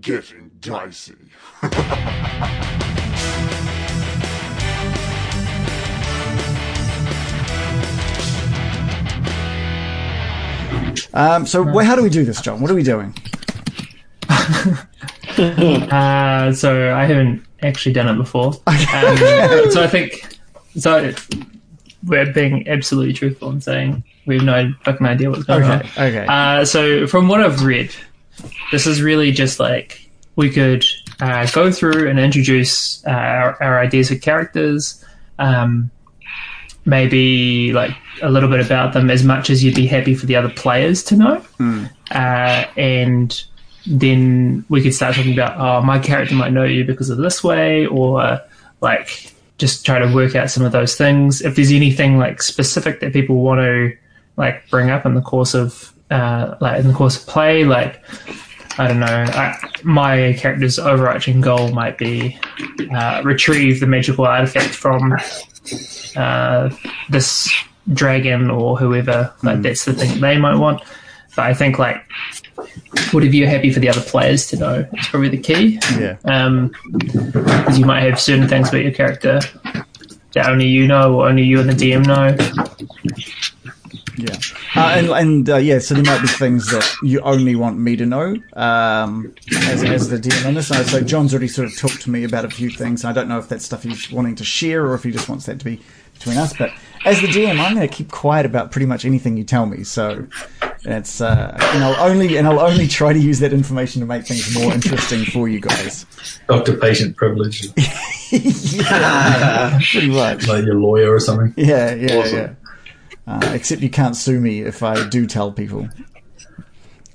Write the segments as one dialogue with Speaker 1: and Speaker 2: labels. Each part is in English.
Speaker 1: getting dicey.
Speaker 2: Um, so wh- how do we do this, John? What are we doing?
Speaker 3: Uh, so I haven't actually done it before. Um, so I think so. We're being absolutely truthful and saying we have no fucking idea what's going on.
Speaker 2: Okay, okay.
Speaker 3: Uh, so from what I've read, this is really just like we could uh, go through and introduce uh, our, our ideas of characters, um, maybe like a little bit about them as much as you'd be happy for the other players to know, uh, and then we could start talking about oh my character might know you because of this way or like just try to work out some of those things if there's anything like specific that people want to like bring up in the course of uh, like in the course of play like i don't know I, my character's overarching goal might be uh, retrieve the magical artifact from uh, this dragon or whoever like that's the thing they might want but i think like whatever you're happy for the other players to know is probably the key
Speaker 2: Yeah.
Speaker 3: um, 'cause you might have certain things about your character that only you know or only you and the dm know
Speaker 2: Yeah, uh, and and uh, yeah, so there might be things that you only want me to know um, as as the DM on this. And So John's already sort of talked to me about a few things. I don't know if that's stuff he's wanting to share or if he just wants that to be between us. But as the DM, I'm going to keep quiet about pretty much anything you tell me. So that's uh, and I'll only and I'll only try to use that information to make things more interesting for you guys.
Speaker 4: Doctor patient privilege,
Speaker 2: yeah, pretty much.
Speaker 4: like your lawyer or something.
Speaker 2: Yeah, yeah,
Speaker 1: Awesome.
Speaker 2: yeah. Uh, except you can't sue me if I do tell people.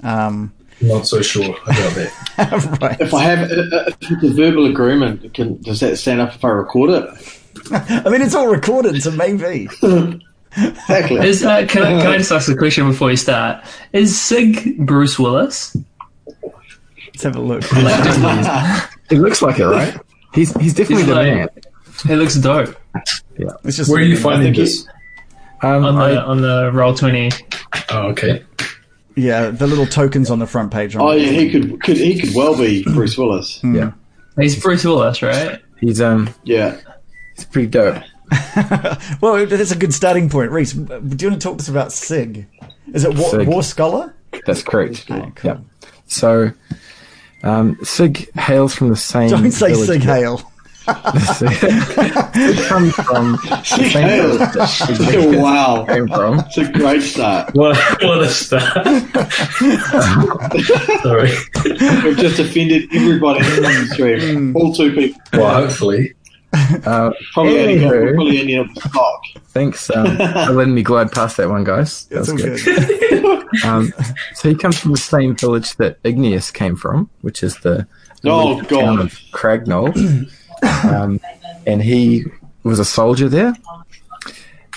Speaker 2: Um,
Speaker 4: Not so sure about that.
Speaker 2: right.
Speaker 5: If I have uh, uh, if it's a verbal agreement, can, does that stand up if I record it?
Speaker 2: I mean, it's all recorded, so maybe.
Speaker 5: Exactly.
Speaker 3: Is uh, can, I, can I just ask a question before you start? Is Sig Bruce Willis?
Speaker 2: Let's have a look.
Speaker 3: Like, just,
Speaker 6: It looks like it, right? He's he's definitely
Speaker 3: He's
Speaker 6: the
Speaker 3: like-
Speaker 6: man.
Speaker 3: he looks dope
Speaker 2: Let's just
Speaker 4: Where are you finding this?
Speaker 6: Um,
Speaker 3: on the
Speaker 6: I,
Speaker 3: on the roll twenty.
Speaker 4: Oh, okay.
Speaker 2: Yeah, the little tokens on the front page.
Speaker 5: Oh
Speaker 2: aren't
Speaker 5: yeah,
Speaker 2: they?
Speaker 5: he could, could he could well be Bruce Willis.
Speaker 3: He's Bruce Willis, right?
Speaker 6: he's um
Speaker 5: Yeah.
Speaker 6: he's pretty dope.
Speaker 2: well, that's a good starting point, Reese. Do you want to talk to us about Sig? Is it War,
Speaker 6: Sig.
Speaker 2: War Scholar?
Speaker 6: That's correct.
Speaker 2: cool.
Speaker 6: Yeah. So, um, Sig hails from the same.
Speaker 2: Don't say
Speaker 6: Mm, village-
Speaker 2: Sig Hale.
Speaker 6: Sig comes from the same
Speaker 5: Hale.
Speaker 6: village that Sig
Speaker 5: wow,
Speaker 6: came from.
Speaker 5: it's a great start.
Speaker 4: What, what a start. Sorry.
Speaker 5: We've just offended everybody in the stream. All two people.
Speaker 4: Well, hopefully.
Speaker 6: Uh,
Speaker 5: Probably ending up,
Speaker 6: Anywho.
Speaker 5: probably ending up with stock.
Speaker 6: thanks um, for letting me glide past that one, guys. That
Speaker 2: It's
Speaker 6: was
Speaker 2: all
Speaker 6: good.
Speaker 2: good.
Speaker 6: Um, so he comes from the same village that Igneous came from, which is the
Speaker 5: Oh,
Speaker 6: the town
Speaker 5: God.
Speaker 6: of Cragnall. um, and he was a soldier there,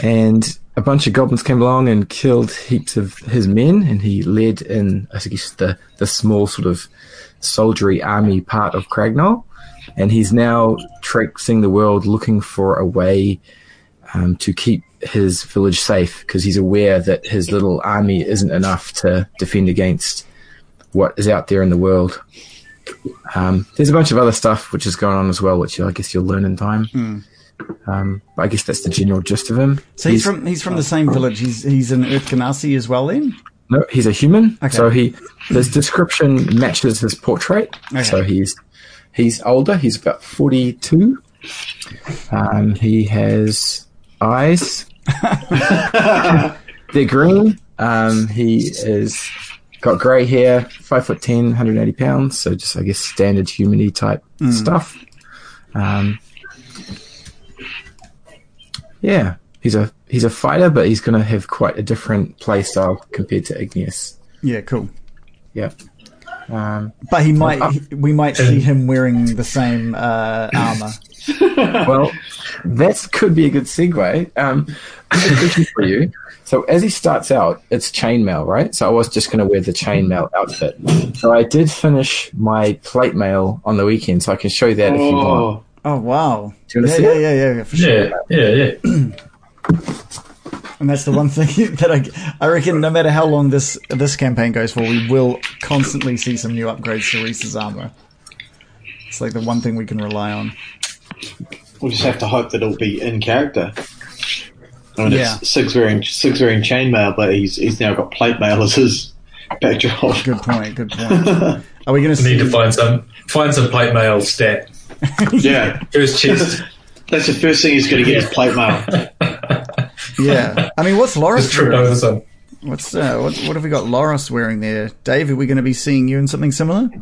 Speaker 6: and a bunch of goblins came along and killed heaps of his men, and he led in, I guess, the the small sort of soldiery army part of Cragnall, and he's now traipsing the world looking for a way um, to keep his village safe because he's aware that his little army isn't enough to defend against what is out there in the world. Um, there's a bunch of other stuff which is going on as well, which I guess you'll learn in time. Um, but I guess that's the general gist of him.
Speaker 2: Hmm. So he's from he's from the same village. He's he's in Earth Ganassi as well. Then
Speaker 6: No, he's a human.
Speaker 2: Okay.
Speaker 6: So he his description matches his portrait. So he's he's older. He's about forty two. Um, he has eyes. They're green. Um, he is got grey hair. Five foot ten, 180 pounds. So just I guess standard humany type stuff. Um, yeah, he's a he's a fighter, but he's going to have quite a different play style compared to Igneous.
Speaker 2: yeah, cool.
Speaker 6: Yeah. Um,
Speaker 2: But he might he- we might
Speaker 6: uh,
Speaker 2: see him wearing the same uh, armor.
Speaker 6: well, that could be a good segue. Um, I have a question for you. So as he starts out, it's chainmail, right? So I was just going to wear the chainmail outfit. So I did finish my plate mail on the weekend, so I can show you that if you want.
Speaker 5: Oh,
Speaker 2: Oh wow!
Speaker 6: Do you wanna
Speaker 2: yeah,
Speaker 6: see
Speaker 2: yeah,
Speaker 6: it?
Speaker 2: yeah, yeah, yeah, for sure.
Speaker 4: Yeah, yeah, yeah.
Speaker 2: And that's the one thing that I, I reckon. No matter how long this this campaign goes for, we will constantly see some new upgrades to Reese's armor. It's like the one thing we can rely on.
Speaker 5: We'll just have to hope that it'll be in character. I mean,
Speaker 2: Yeah.
Speaker 5: it's Sig's wearing Sig's wearing chainmail, but he's he's now got plate mail as his backdrop.
Speaker 2: Good point. Good point. Are we going to
Speaker 4: I
Speaker 2: see?
Speaker 4: need to find some find some plate mail stat.
Speaker 5: yeah,
Speaker 4: First chest.
Speaker 5: that's the first thing he's going to get is plate mail.
Speaker 2: Yeah. I mean, what's
Speaker 4: Just
Speaker 2: Loris
Speaker 4: trip
Speaker 2: wearing?
Speaker 4: over some.
Speaker 2: What's uh, what, what have we got Loris wearing there? Dave, are we going to be seeing you in something similar?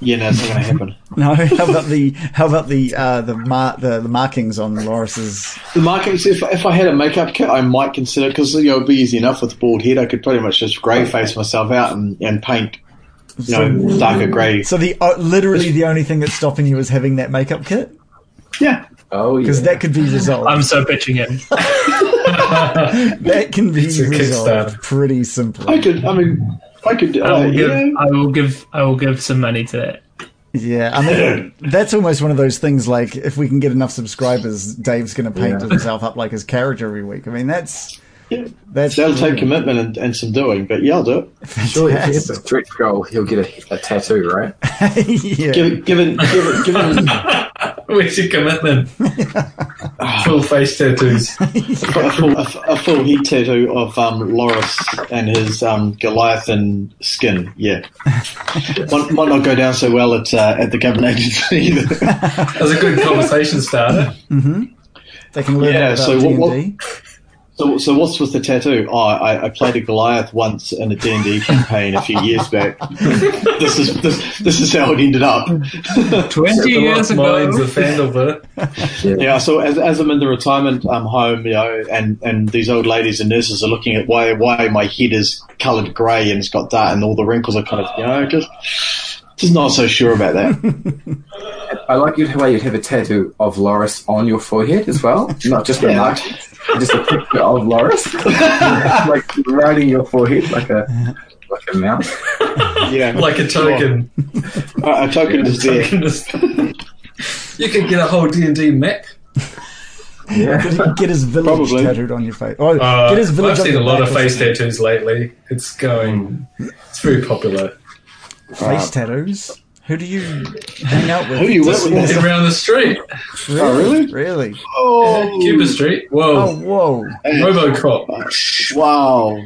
Speaker 5: Yeah, no, it's not going to happen.
Speaker 2: No. How about the how about the uh, the, mar- the the markings on Loris's?
Speaker 5: The markings. If if I had a makeup kit, I might consider because you know it'd be easy enough with a bald head. I could pretty much just grey face myself out and, and paint, you know, darker grey.
Speaker 2: So the uh, literally the only thing that's stopping you is having that makeup kit
Speaker 5: Yeah,
Speaker 6: Oh, yeah.
Speaker 2: because that could be resolved.
Speaker 3: I'm so pitching it.
Speaker 2: that can be
Speaker 4: a
Speaker 2: resolved
Speaker 4: Kickstarter.
Speaker 2: pretty simply.
Speaker 5: I could. I mean, I could.
Speaker 4: Oh,
Speaker 3: I
Speaker 5: Uh,
Speaker 3: will give.
Speaker 5: yeah.
Speaker 3: I will give. I will give some money to that.
Speaker 2: Yeah, I mean that's almost one of those things. Like if we can get enough subscribers, Dave's going to paint
Speaker 6: Yeah.
Speaker 2: himself up like his character every week. I mean that's
Speaker 5: Yeah.
Speaker 2: that's
Speaker 5: That'll take
Speaker 2: brilliant.
Speaker 5: commitment and, and some doing, but yeah, I'll do it.
Speaker 6: Surely if he hits his stretch goal, he'll get a, a tattoo, right?
Speaker 2: yeah.
Speaker 5: Given, given, given, given
Speaker 4: Where's your commitment? Full face tattoos.
Speaker 5: a, full, a, a full head tattoo of um, Loris and his um, Goliathan skin, yeah. might, might not go down so well at uh, at the government agency either.
Speaker 4: That was a good conversation starter.
Speaker 2: Mm-hmm. They can learn
Speaker 5: Yeah,
Speaker 2: about
Speaker 5: so what- what-
Speaker 2: D&D.
Speaker 5: So, so what's with the tattoo? Oh, I, I played a Goliath once in a D&D campaign a few years back. this is this, this is how it ended up.
Speaker 3: Twenty
Speaker 4: The
Speaker 3: years
Speaker 4: lost
Speaker 3: ago,
Speaker 4: minds of Fandelver.
Speaker 5: Yeah, so as, as I'm in the retirement um, home, you know, and, and these old ladies and nurses are looking at why why my head is coloured grey and it's got dark and all the wrinkles are kind of you know just just not so sure about that.
Speaker 6: I like you the way you'd have a tattoo of Loris on your forehead as well, not just a
Speaker 5: Yeah.
Speaker 6: mark, just a picture of Loris, like riding your forehead like a like a mouse.
Speaker 5: yeah,
Speaker 4: Like a token.
Speaker 5: a, a token is there.
Speaker 4: Token is- you could get a whole D and D map.
Speaker 6: Yeah,
Speaker 2: Could he get his village
Speaker 5: Probably.
Speaker 2: tattooed on your face? Oh,
Speaker 4: Uh,
Speaker 2: get his village.
Speaker 4: I've
Speaker 2: on
Speaker 4: seen a
Speaker 2: your
Speaker 4: lot
Speaker 2: back
Speaker 4: of
Speaker 2: or
Speaker 4: face
Speaker 2: something.
Speaker 4: tattoos lately. It's going. It's very popular.
Speaker 2: Face tattoos. Who do you hang out with?
Speaker 5: Who do you work with?
Speaker 4: Walking around the street,
Speaker 2: Really?
Speaker 5: Oh, really?
Speaker 2: Really?
Speaker 5: Oh,
Speaker 4: Cuba Street.
Speaker 2: Oh,
Speaker 4: Whoa,
Speaker 2: whoa!
Speaker 4: RoboCop.
Speaker 5: wow!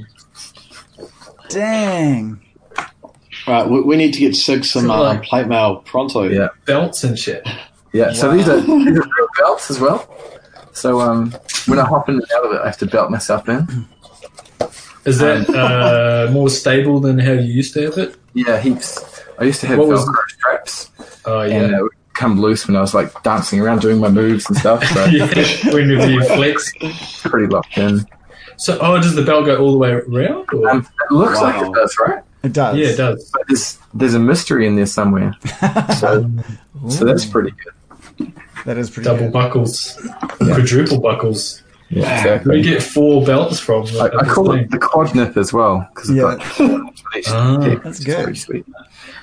Speaker 2: Dang.
Speaker 5: Right, we, we need to get Sig some
Speaker 3: So,
Speaker 5: uh,
Speaker 3: like-
Speaker 5: plate mail pronto.
Speaker 6: Yeah.
Speaker 4: Belts and shit.
Speaker 6: yeah. So these are, these are real belts as well. So um, when I hop in and out of it, I have to belt myself in.
Speaker 4: Is that uh, more stable than how you used to have it?
Speaker 6: Yeah, heaps. I used to have
Speaker 4: What was-
Speaker 6: Velcro straps,
Speaker 4: Oh
Speaker 6: and
Speaker 4: yeah,
Speaker 6: it would come loose when I was like dancing around doing my moves and stuff. So
Speaker 4: yeah. Whenever you flex.
Speaker 6: it's pretty locked in.
Speaker 4: So, oh, does the belt go all the way around? Or?
Speaker 6: Um, it looks
Speaker 5: Wow.
Speaker 6: like it does, right?
Speaker 2: It does.
Speaker 4: yeah, it does.
Speaker 6: But there's there's a mystery in there somewhere. So so that's pretty good.
Speaker 2: That is pretty.
Speaker 4: Double
Speaker 2: Double.
Speaker 4: buckles, quadruple buckles.
Speaker 6: Yeah,
Speaker 4: Where do
Speaker 6: exactly.
Speaker 4: you get four belts from?
Speaker 6: I, I call
Speaker 4: Thing.
Speaker 6: it the quad nip as well because
Speaker 2: Yeah.
Speaker 4: Ah.
Speaker 2: That's good.
Speaker 6: Pretty sweet.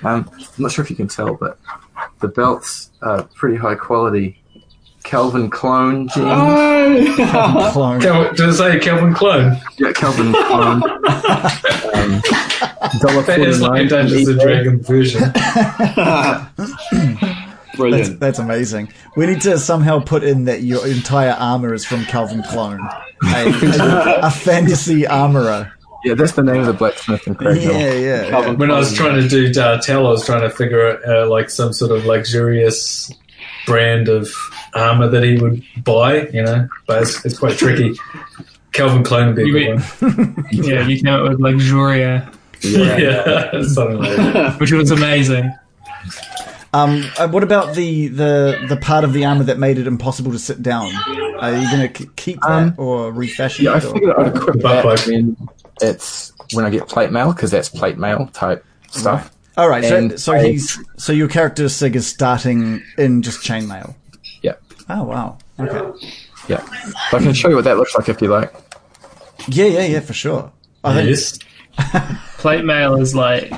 Speaker 6: Um, I'm not sure if you can tell, but the belts are pretty high quality. Calvin clone jeans.
Speaker 2: Ah.
Speaker 5: Oh.
Speaker 2: Clone.
Speaker 4: Cal- Did it say Calvin Clone?
Speaker 6: Yeah, Calvin clone. um, dollar
Speaker 4: That is like a Dungeons and Dragons version.
Speaker 2: That's,
Speaker 5: Brilliant.
Speaker 2: that's amazing. We need to somehow put in that your entire armor is from Calvin Clone, a, a fantasy armorer.
Speaker 6: Yeah, that's the name of the blacksmith in
Speaker 2: Yeah,
Speaker 6: Craig Hill.
Speaker 2: yeah. yeah.
Speaker 5: Carbon
Speaker 4: When I was
Speaker 5: copy.
Speaker 4: trying to do Dartel, I was trying to figure out uh, like some sort of luxurious brand of armor that he would buy, you know, but it's, it's quite tricky. Calvin Klein would be a
Speaker 3: You
Speaker 4: good
Speaker 3: mean-
Speaker 4: one.
Speaker 3: yeah, you came out with Luxuria,
Speaker 4: Yeah, something like that.
Speaker 3: which was amazing.
Speaker 2: Um, uh, what about the, the the part of the armor that made it impossible to sit down? Are you going to keep that
Speaker 6: Um,
Speaker 2: or refashion
Speaker 6: Yeah, I
Speaker 2: it? or-
Speaker 6: figured I'd equip
Speaker 4: Buff
Speaker 6: that
Speaker 4: buff.
Speaker 6: when it's when I get plate mail because that's plate mail type stuff.
Speaker 2: All right, so,
Speaker 6: and
Speaker 2: so
Speaker 6: I-
Speaker 2: he's so your character Sig is starting in just chainmail.
Speaker 6: Yeah,
Speaker 2: Oh wow. Okay.
Speaker 6: yeah. So I can show you what that looks like if you like.
Speaker 2: Yeah, yeah, yeah, for sure. I think
Speaker 4: Yes.
Speaker 3: Plate mail is like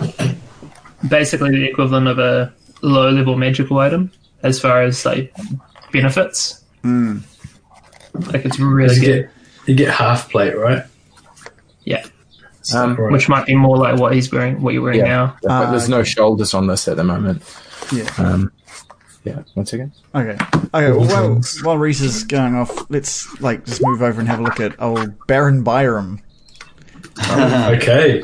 Speaker 3: basically the equivalent of a low level magical item
Speaker 4: Hmm.
Speaker 3: as far as like benefits. Like it's
Speaker 4: Does
Speaker 3: really
Speaker 4: he get You get half plate, right?
Speaker 3: Yeah.
Speaker 4: So,
Speaker 6: Um,
Speaker 4: right.
Speaker 3: Which might be more like what he's wearing, what you're wearing
Speaker 6: Yeah.
Speaker 3: now.
Speaker 6: but
Speaker 5: Ah,
Speaker 6: there's no shoulders on this at the moment.
Speaker 2: Yeah.
Speaker 6: Um, yeah, one second.
Speaker 2: Okay. Okay. Well, while, while Reese is going off, let's like just move over and have a look at old Baron Byram.
Speaker 4: okay.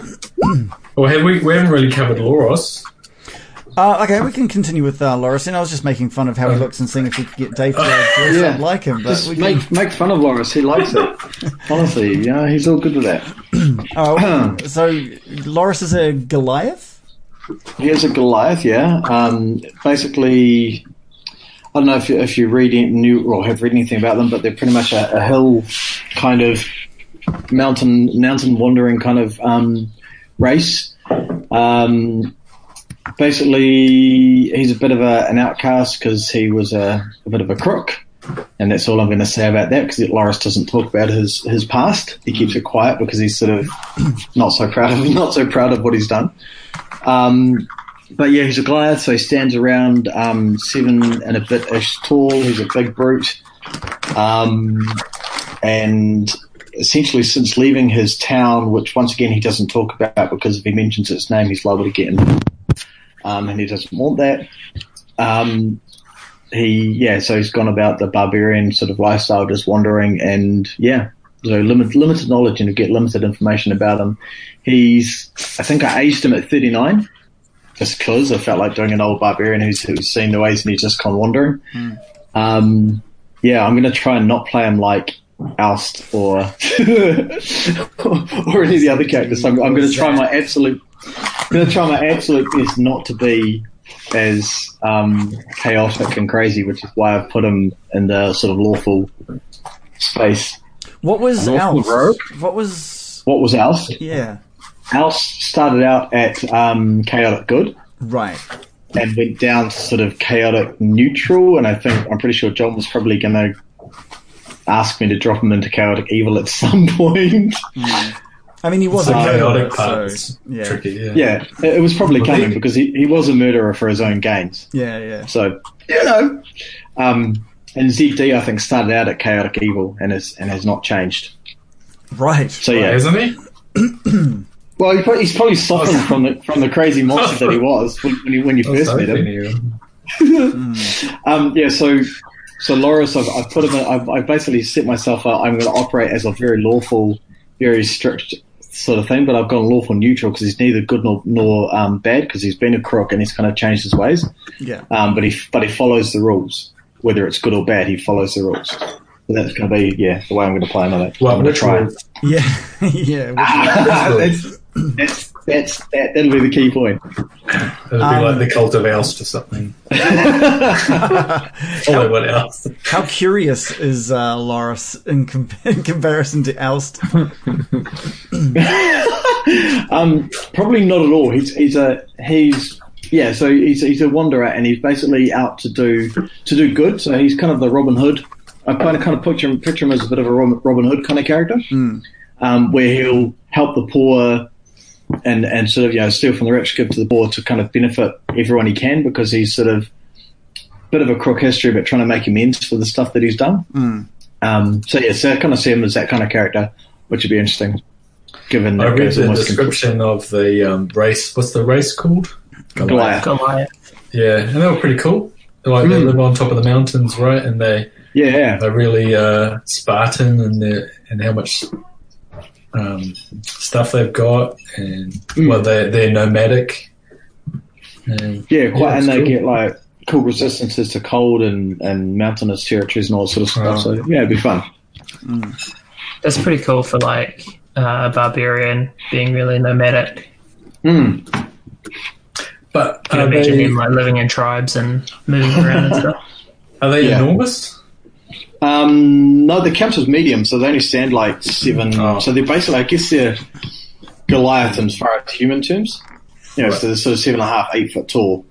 Speaker 4: well, have we, we haven't really covered Loros.
Speaker 2: Uh, okay, we can continue with uh, Loris. And I was just making fun of how he looks and seeing if we could get Dave to dress
Speaker 5: Yeah.
Speaker 2: up like him. But
Speaker 5: Just
Speaker 2: we
Speaker 5: make,
Speaker 2: can,
Speaker 5: make fun of Loris. He likes it. Honestly, you know, he's all good with that.
Speaker 2: oh, so Loris is a Goliath.
Speaker 5: Here's a Goliath, yeah. Um, basically, I don't know if you, if you read it, knew or have read anything about them, but they're pretty much a, a hill kind of mountain mountain wandering kind of um, race. Um, basically, he's a bit of a, an outcast because he was a, a bit of a crook. And that's all I'm going to say about that because Loris doesn't talk about his, his past. He keeps it quiet because he's sort of not so proud of not so proud of what he's done. Um, but yeah, he's a Goliath, so he stands around um, seven and a bit ish tall. He's a big brute. Um, and essentially, since leaving his town, which once again he doesn't talk about because if he mentions its name, he's liable to get in. Um, and he doesn't want that. Um, he, yeah, so he's gone about the barbarian sort of lifestyle, just wandering and, yeah. So limit, limited knowledge and you get limited information about him. He's, I think I aged him at 39, just because I felt like doing an old barbarian who's, who's seen the ways and he's just gone wandering. Um, yeah, I'm going to try and not play him like Oust or or any of the other characters. I'm, I'm going to try my absolute, going to try my absolute best not to be as um, chaotic and crazy, which is why I've put him in the sort of lawful space.
Speaker 2: What was
Speaker 6: An awful
Speaker 2: Alf?
Speaker 6: rogue?
Speaker 2: What was
Speaker 5: What was Oust?
Speaker 2: yeah?
Speaker 5: Oust started out at um, chaotic good.
Speaker 2: Right.
Speaker 5: and went down to sort of chaotic neutral. And I think I'm pretty sure John was probably going to ask me to drop him into chaotic evil at some point.
Speaker 2: I mean, he was
Speaker 4: The
Speaker 2: a
Speaker 4: chaotic
Speaker 2: chaotic.
Speaker 4: part
Speaker 2: So,
Speaker 4: is
Speaker 2: yeah.
Speaker 4: tricky, yeah.
Speaker 5: yeah, it, it was probably
Speaker 4: Well,
Speaker 5: coming
Speaker 4: he-
Speaker 5: because he, he was a murderer for his own gains.
Speaker 2: Yeah. Yeah.
Speaker 5: So you know, um, and ZD I think started out at chaotic evil and has and has not changed.
Speaker 2: Right.
Speaker 5: So
Speaker 4: Right,
Speaker 5: yeah,
Speaker 4: Isn't he?
Speaker 5: well he probably, he's probably softened from the from the crazy monster that he was when, when you when you
Speaker 4: I was
Speaker 5: first met him.
Speaker 4: hoping he-
Speaker 2: Mm,
Speaker 5: Um, yeah, so so Loris, I've, I've put him. in- I've, I've basically set myself. Up, I'm going to operate as a very lawful, very strict sort of thing, but I've gone lawful neutral because he's neither good nor nor um, bad because he's been a crook and he's kind of changed his ways.
Speaker 2: Yeah.
Speaker 5: Um, but he but he follows the rules, whether it's good or bad. He follows the rules. So that's going to be yeah the way I'm going to play him on it.
Speaker 4: Well,
Speaker 5: I'm going to try.
Speaker 4: literal.
Speaker 2: Yeah. yeah.
Speaker 5: that's, that's, that's that, that'll be the key point.
Speaker 4: It'd be like the cult of Oust or something. Or what else?
Speaker 2: How curious is uh, Loris in, com- in comparison to Oust?
Speaker 5: Um, probably not at all. He's he's a he's yeah. So he's he's a wanderer, and he's basically out to do to do good. So he's kind of the Robin Hood. I kind of kind of picture him picture him as a bit of a Rob- Robin Hood kind of character, um, where he'll help the poor. And, and sort of you know steal from the rich, give to the poor to kind of benefit everyone he can because he's sort of bit of a crook history, but trying to make amends for the stuff that he's done. Um, so yeah, so I kind of see him as that kind of character, which would be interesting, given
Speaker 4: I
Speaker 5: that
Speaker 4: read
Speaker 5: it's
Speaker 4: the
Speaker 5: almost complete-
Speaker 4: description of the um, race. What's the race called?
Speaker 5: Goliath.
Speaker 3: Goliath.
Speaker 4: Yeah, and they were pretty cool. Like they
Speaker 5: Hmm.
Speaker 4: live on top of the mountains, right? And they
Speaker 5: Yeah,
Speaker 4: they're really uh, Spartan and their and how much um, stuff they've got, and
Speaker 5: Hmm.
Speaker 4: well, they they're nomadic. And,
Speaker 5: yeah, quite,
Speaker 4: Yeah,
Speaker 5: and
Speaker 4: it's
Speaker 5: they
Speaker 4: cool.
Speaker 5: get like cool resistances to cold and, and mountainous territories and all that sort of stuff.
Speaker 4: Wow.
Speaker 5: So yeah, it'd be fun.
Speaker 3: That's pretty cool for like uh, a barbarian being really nomadic.
Speaker 5: Mm.
Speaker 4: but
Speaker 3: Can
Speaker 4: are
Speaker 3: imagine
Speaker 4: they,
Speaker 3: him like living in tribes and moving around and stuff.
Speaker 4: are they
Speaker 5: Yeah.
Speaker 4: enormous?
Speaker 5: Um, no, the camps was medium, so they only stand like seven.
Speaker 4: Oh.
Speaker 5: So they're basically, I guess, they're Goliath in as far as human terms. You know, so they're sort of seven and a half, eight foot tall.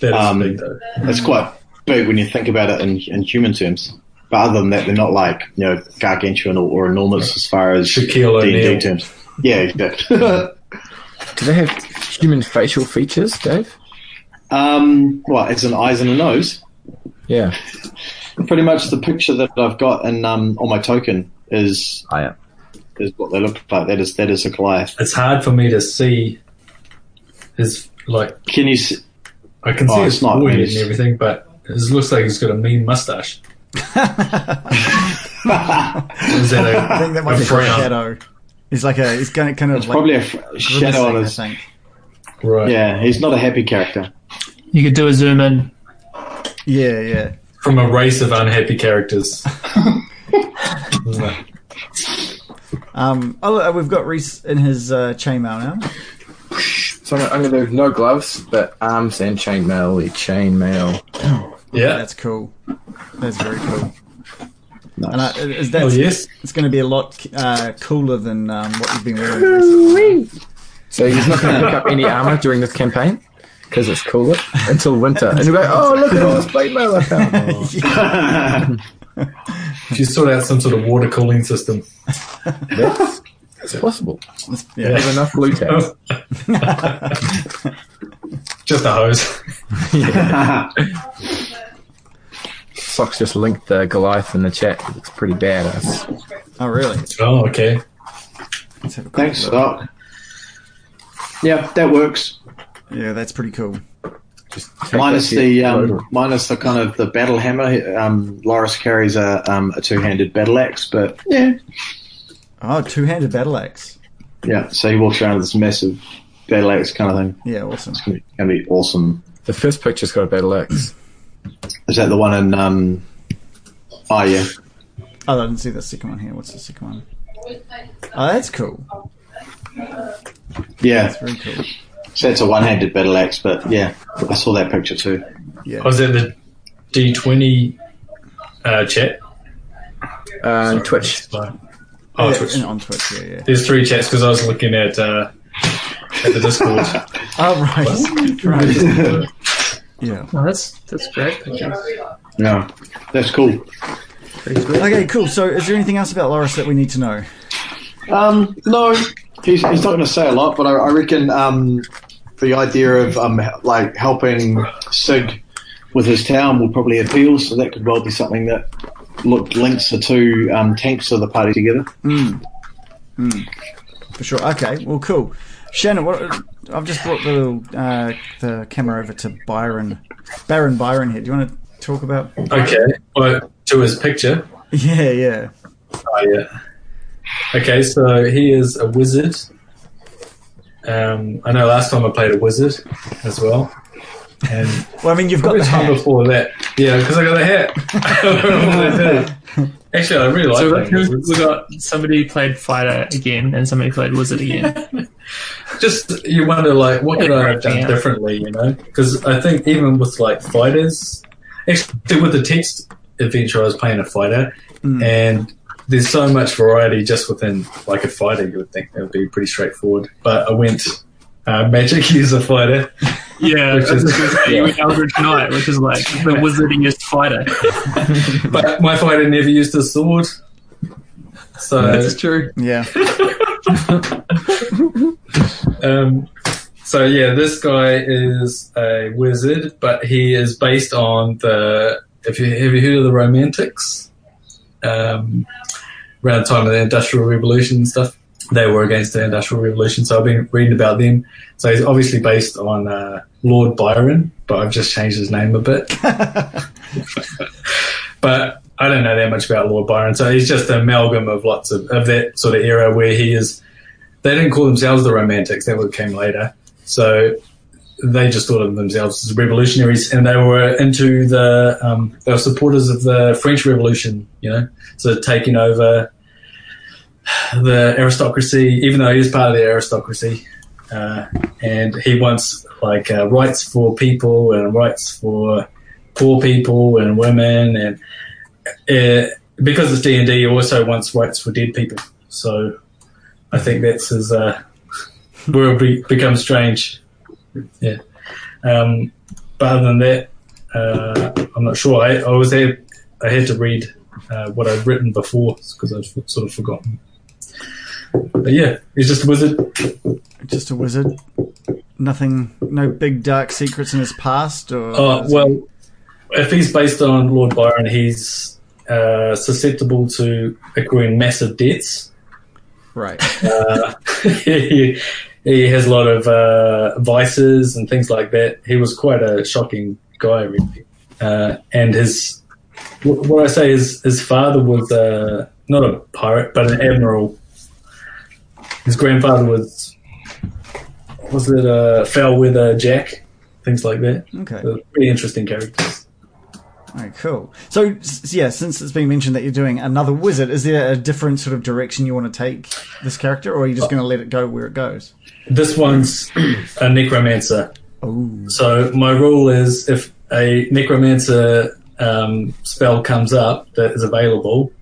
Speaker 4: That is
Speaker 5: Um,
Speaker 4: big though.
Speaker 5: That's quite big when you think about it in, in human terms. But other than that, they're not like you know gargantuan or, or enormous as far as D
Speaker 4: Shaquille
Speaker 5: and D
Speaker 4: O'Neal.
Speaker 5: terms. Yeah, exactly.
Speaker 6: Do they have human facial features, Dave?
Speaker 5: um, well, it's an eyes and a nose.
Speaker 6: Yeah.
Speaker 5: pretty much the picture that I've got in um, on my token is
Speaker 1: I am.
Speaker 5: is what they look like. That is that is a Goliath.
Speaker 4: It's hard for me to see his like.
Speaker 5: Can you? See,
Speaker 4: I can
Speaker 5: Oh,
Speaker 4: see
Speaker 5: it's
Speaker 4: his
Speaker 5: not
Speaker 4: forehead
Speaker 5: really-
Speaker 4: and everything, but it looks like he's got a mean mustache. Is that a,
Speaker 2: I think that
Speaker 4: a
Speaker 2: might be a
Speaker 4: frown?
Speaker 2: shadow. He's like a, he's kind of, kind of
Speaker 5: it's
Speaker 2: like
Speaker 5: probably a f- shadow on his.
Speaker 2: grimacing, I think.
Speaker 4: Right.
Speaker 5: Yeah, he's not a happy character.
Speaker 3: You could do a zoom in.
Speaker 2: Yeah, yeah.
Speaker 4: From a race of unhappy characters.
Speaker 2: Um, oh, look, we've got Reese in his uh, chainmail now.
Speaker 6: So I'm, I'm gonna do no gloves, but arms and chainmail. Chainmail.
Speaker 4: yeah.
Speaker 2: That's cool. That's very cool.
Speaker 5: Nice.
Speaker 2: And I, is
Speaker 4: Oh,
Speaker 2: that's,
Speaker 4: yes.
Speaker 2: it's going to be a lot uh, cooler than um, what you've been wearing. recently.
Speaker 6: So he's not gonna pick up any armor during this campaign because it's cooler until winter. And you go, oh look at all this plate mail I found.
Speaker 4: If you sort out some sort of water cooling system.
Speaker 6: That's, that's possible.
Speaker 2: Yeah. Oh,
Speaker 6: There's enough blue tags.
Speaker 4: Just a hose.
Speaker 6: Socks just linked the Goliath in the chat. It looks pretty badass.
Speaker 2: Oh, really?
Speaker 4: Oh, okay.
Speaker 2: Let's have a quick
Speaker 5: Thanks,
Speaker 2: look.
Speaker 5: Doc. Yeah, that works.
Speaker 2: Yeah, that's pretty cool.
Speaker 6: Just take
Speaker 5: Minus
Speaker 6: that shit,
Speaker 5: the
Speaker 6: load
Speaker 5: um, minus the kind of the battle hammer. Um, Loris carries a um, a two handed battle axe, but yeah,
Speaker 2: Oh, two-handed battle axe.
Speaker 5: yeah. So he walks around with this massive battle axe kind of thing.
Speaker 2: Yeah, awesome.
Speaker 5: It's gonna be, gonna be awesome.
Speaker 6: it. The first picture's got a battle axe.
Speaker 5: Is that the one in? Um, oh yeah,
Speaker 2: Oh, I didn't see the second one here. What's the second one? Oh, that's cool.
Speaker 5: yeah.
Speaker 2: That's very cool.
Speaker 5: So it's a one handed battle axe, but yeah, I saw that picture too.
Speaker 2: Yeah.
Speaker 4: I was at the D20 uh, chat.
Speaker 6: Uh, Twitch.
Speaker 4: Oh,
Speaker 2: Yeah,
Speaker 4: Twitch.
Speaker 2: and on Twitch, yeah, yeah.
Speaker 4: There's three chats because I was looking at uh, at the Discord.
Speaker 2: Oh, right. right. Yeah.
Speaker 3: Oh, that's that's great.
Speaker 5: Yeah, that's cool.
Speaker 2: Okay, cool. So, is there anything else about Loris that we need to know?
Speaker 5: Um, no, he's, he's not going to say a lot, but I, I reckon um, the idea of um, like helping Sig with his town will probably appeal. So that could well be something that look links the two um, tanks of the party together.
Speaker 2: For sure. Okay. Well, cool. Shannon, what, I've just brought the little, uh, the camera over to Byron, Baron Byron here. Do you want to talk about?
Speaker 4: Okay. Well, to his picture.
Speaker 2: Yeah, yeah.
Speaker 4: Oh, yeah. Okay, so he is a wizard. Um, I know last time I played a wizard as well. And
Speaker 2: Well, I mean, you've got
Speaker 4: probably
Speaker 2: the
Speaker 4: the time
Speaker 2: hat.
Speaker 4: before that. Yeah, because I got a hat. Actually, I really like
Speaker 3: So
Speaker 4: playing wizards.
Speaker 3: we got somebody played fighter again, and somebody played wizard again.
Speaker 4: just you wonder like what could I have done
Speaker 3: Yeah.
Speaker 4: differently, you know? Because I think even with like fighters, actually with the text adventure, I was playing a fighter, and there's so much variety just within like a fighter. You would think that would be pretty straightforward, but I went uh, magic user fighter.
Speaker 3: yeah,
Speaker 4: Which is-
Speaker 3: you went Eldritch Knight, which is like the wizardingest fighter.
Speaker 4: But my fighter never used a sword,
Speaker 6: Uh,
Speaker 4: so
Speaker 6: true.
Speaker 2: Yeah.
Speaker 4: um, so yeah, this guy is a wizard, but he is based on the. If you have you heard of the Romantics, um, around the time of the Industrial Revolution and stuff, they were against the Industrial Revolution. So I've been reading about them. So he's obviously based on uh, Lord Byron, but I've just changed his name a bit. but I don't know that much about Lord Byron, so he's just an amalgam of lots of, of that sort of era where he is they didn't call themselves the Romantics. That would came later. So they just thought of themselves as revolutionaries, and they were into the um, they were supporters of the French Revolution. You know, so taking over the aristocracy, even though he was part of the aristocracy, uh, and he wants like uh, rights for people and rights for poor people and women, and uh, because it's D and D, he also wants rights for dead people. So I think that's his uh, where it be, becomes strange. Yeah. Um, but other than that, uh, I'm not sure. I, I was there. I had to read uh, what I'd written before because I'd f- sort of forgotten. But yeah, he's just a wizard.
Speaker 2: Just a wizard. Nothing. No big dark secrets in his past, or
Speaker 4: Uh, well, if he's based on Lord Byron, he's uh, susceptible to accruing massive debts.
Speaker 2: Right.
Speaker 4: Uh, he, he has a lot of uh, vices and things like that. He was quite a shocking guy, really. Uh, and his, wh- what I say is, his father was uh, not a pirate, but an admiral. His grandfather was, was it a foul weather Jack? Things like that.
Speaker 2: Okay.
Speaker 4: They're Pretty interesting characters.
Speaker 2: All right, cool. So, s- yeah, since it's been mentioned that you're doing another wizard, is there a different sort of direction you want to take this character, or are you just going to let it go where it goes?
Speaker 4: This one's a necromancer.
Speaker 2: Oh,
Speaker 4: So my rule is if a necromancer um, spell comes up that is available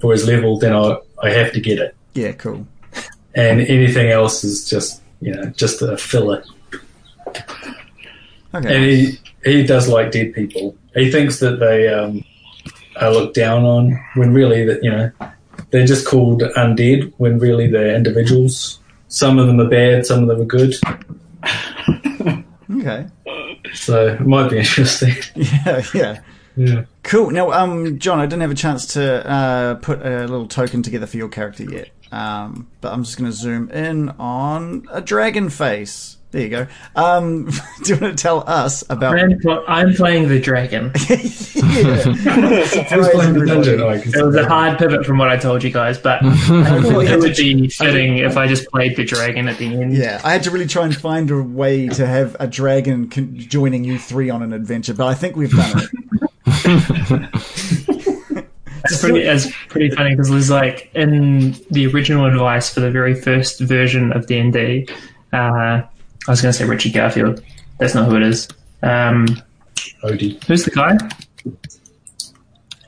Speaker 4: for his level, then I, I have to get it.
Speaker 2: yeah, cool.
Speaker 4: And anything else is just you know just a filler. And
Speaker 2: Okay.
Speaker 4: he he does like dead people. He thinks that they um, are looked down on when really that you know they're just called undead when really they're individuals. Some of them are bad, some of them are good.
Speaker 2: Okay.
Speaker 4: So it might be interesting.
Speaker 2: Yeah, yeah.
Speaker 4: Yeah.
Speaker 2: Cool. Now, um, John, I didn't have a chance to uh, put a little token together for your character yet, um, but I'm just going to zoom in on a dragon face. There you go. Um, do you want to tell us about?
Speaker 3: I'm, pl- I'm playing the dragon.
Speaker 2: Yeah.
Speaker 4: Who's playing the
Speaker 2: everybody.
Speaker 4: dungeon? Like,
Speaker 3: It was a hard pivot from what I told you guys, but I thought it would be fitting if I just played the dragon at the end.
Speaker 2: Yeah, I had to really try and find a way to have a dragon con- joining you three on an adventure, but I think we've done it.
Speaker 3: It's pretty, it's pretty funny because it was like in the original advice for the very first version of D&D, uh, I was going to say Richard Garfield. That's not who it is. Um,
Speaker 4: Odie.
Speaker 3: who's the guy?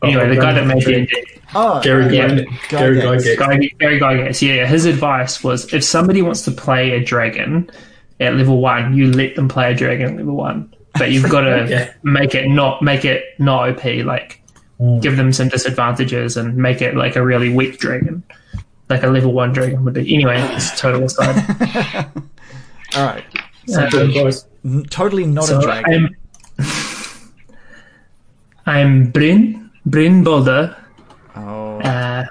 Speaker 4: Oh,
Speaker 3: Anyway, the guy that made D&D.
Speaker 2: Oh,
Speaker 4: Gary
Speaker 3: Yeah.
Speaker 4: Glenn. Gary
Speaker 2: Gygax.
Speaker 4: Gygax.
Speaker 3: Guy, Gary Gygax, yeah, his advice was if somebody wants to play a dragon at level one, you let them play a dragon at level one, but you've got to
Speaker 4: Yeah.
Speaker 3: make it not make it not OP, like give them some disadvantages and make it like a really weak dragon, like a level one dragon would be. Anyway, it's total aside.
Speaker 2: All right,
Speaker 3: Um,
Speaker 2: N- totally not
Speaker 3: so
Speaker 2: a dragon.
Speaker 3: I'm I'm Bryn Bryn Boulder.
Speaker 2: oh,
Speaker 3: Uh,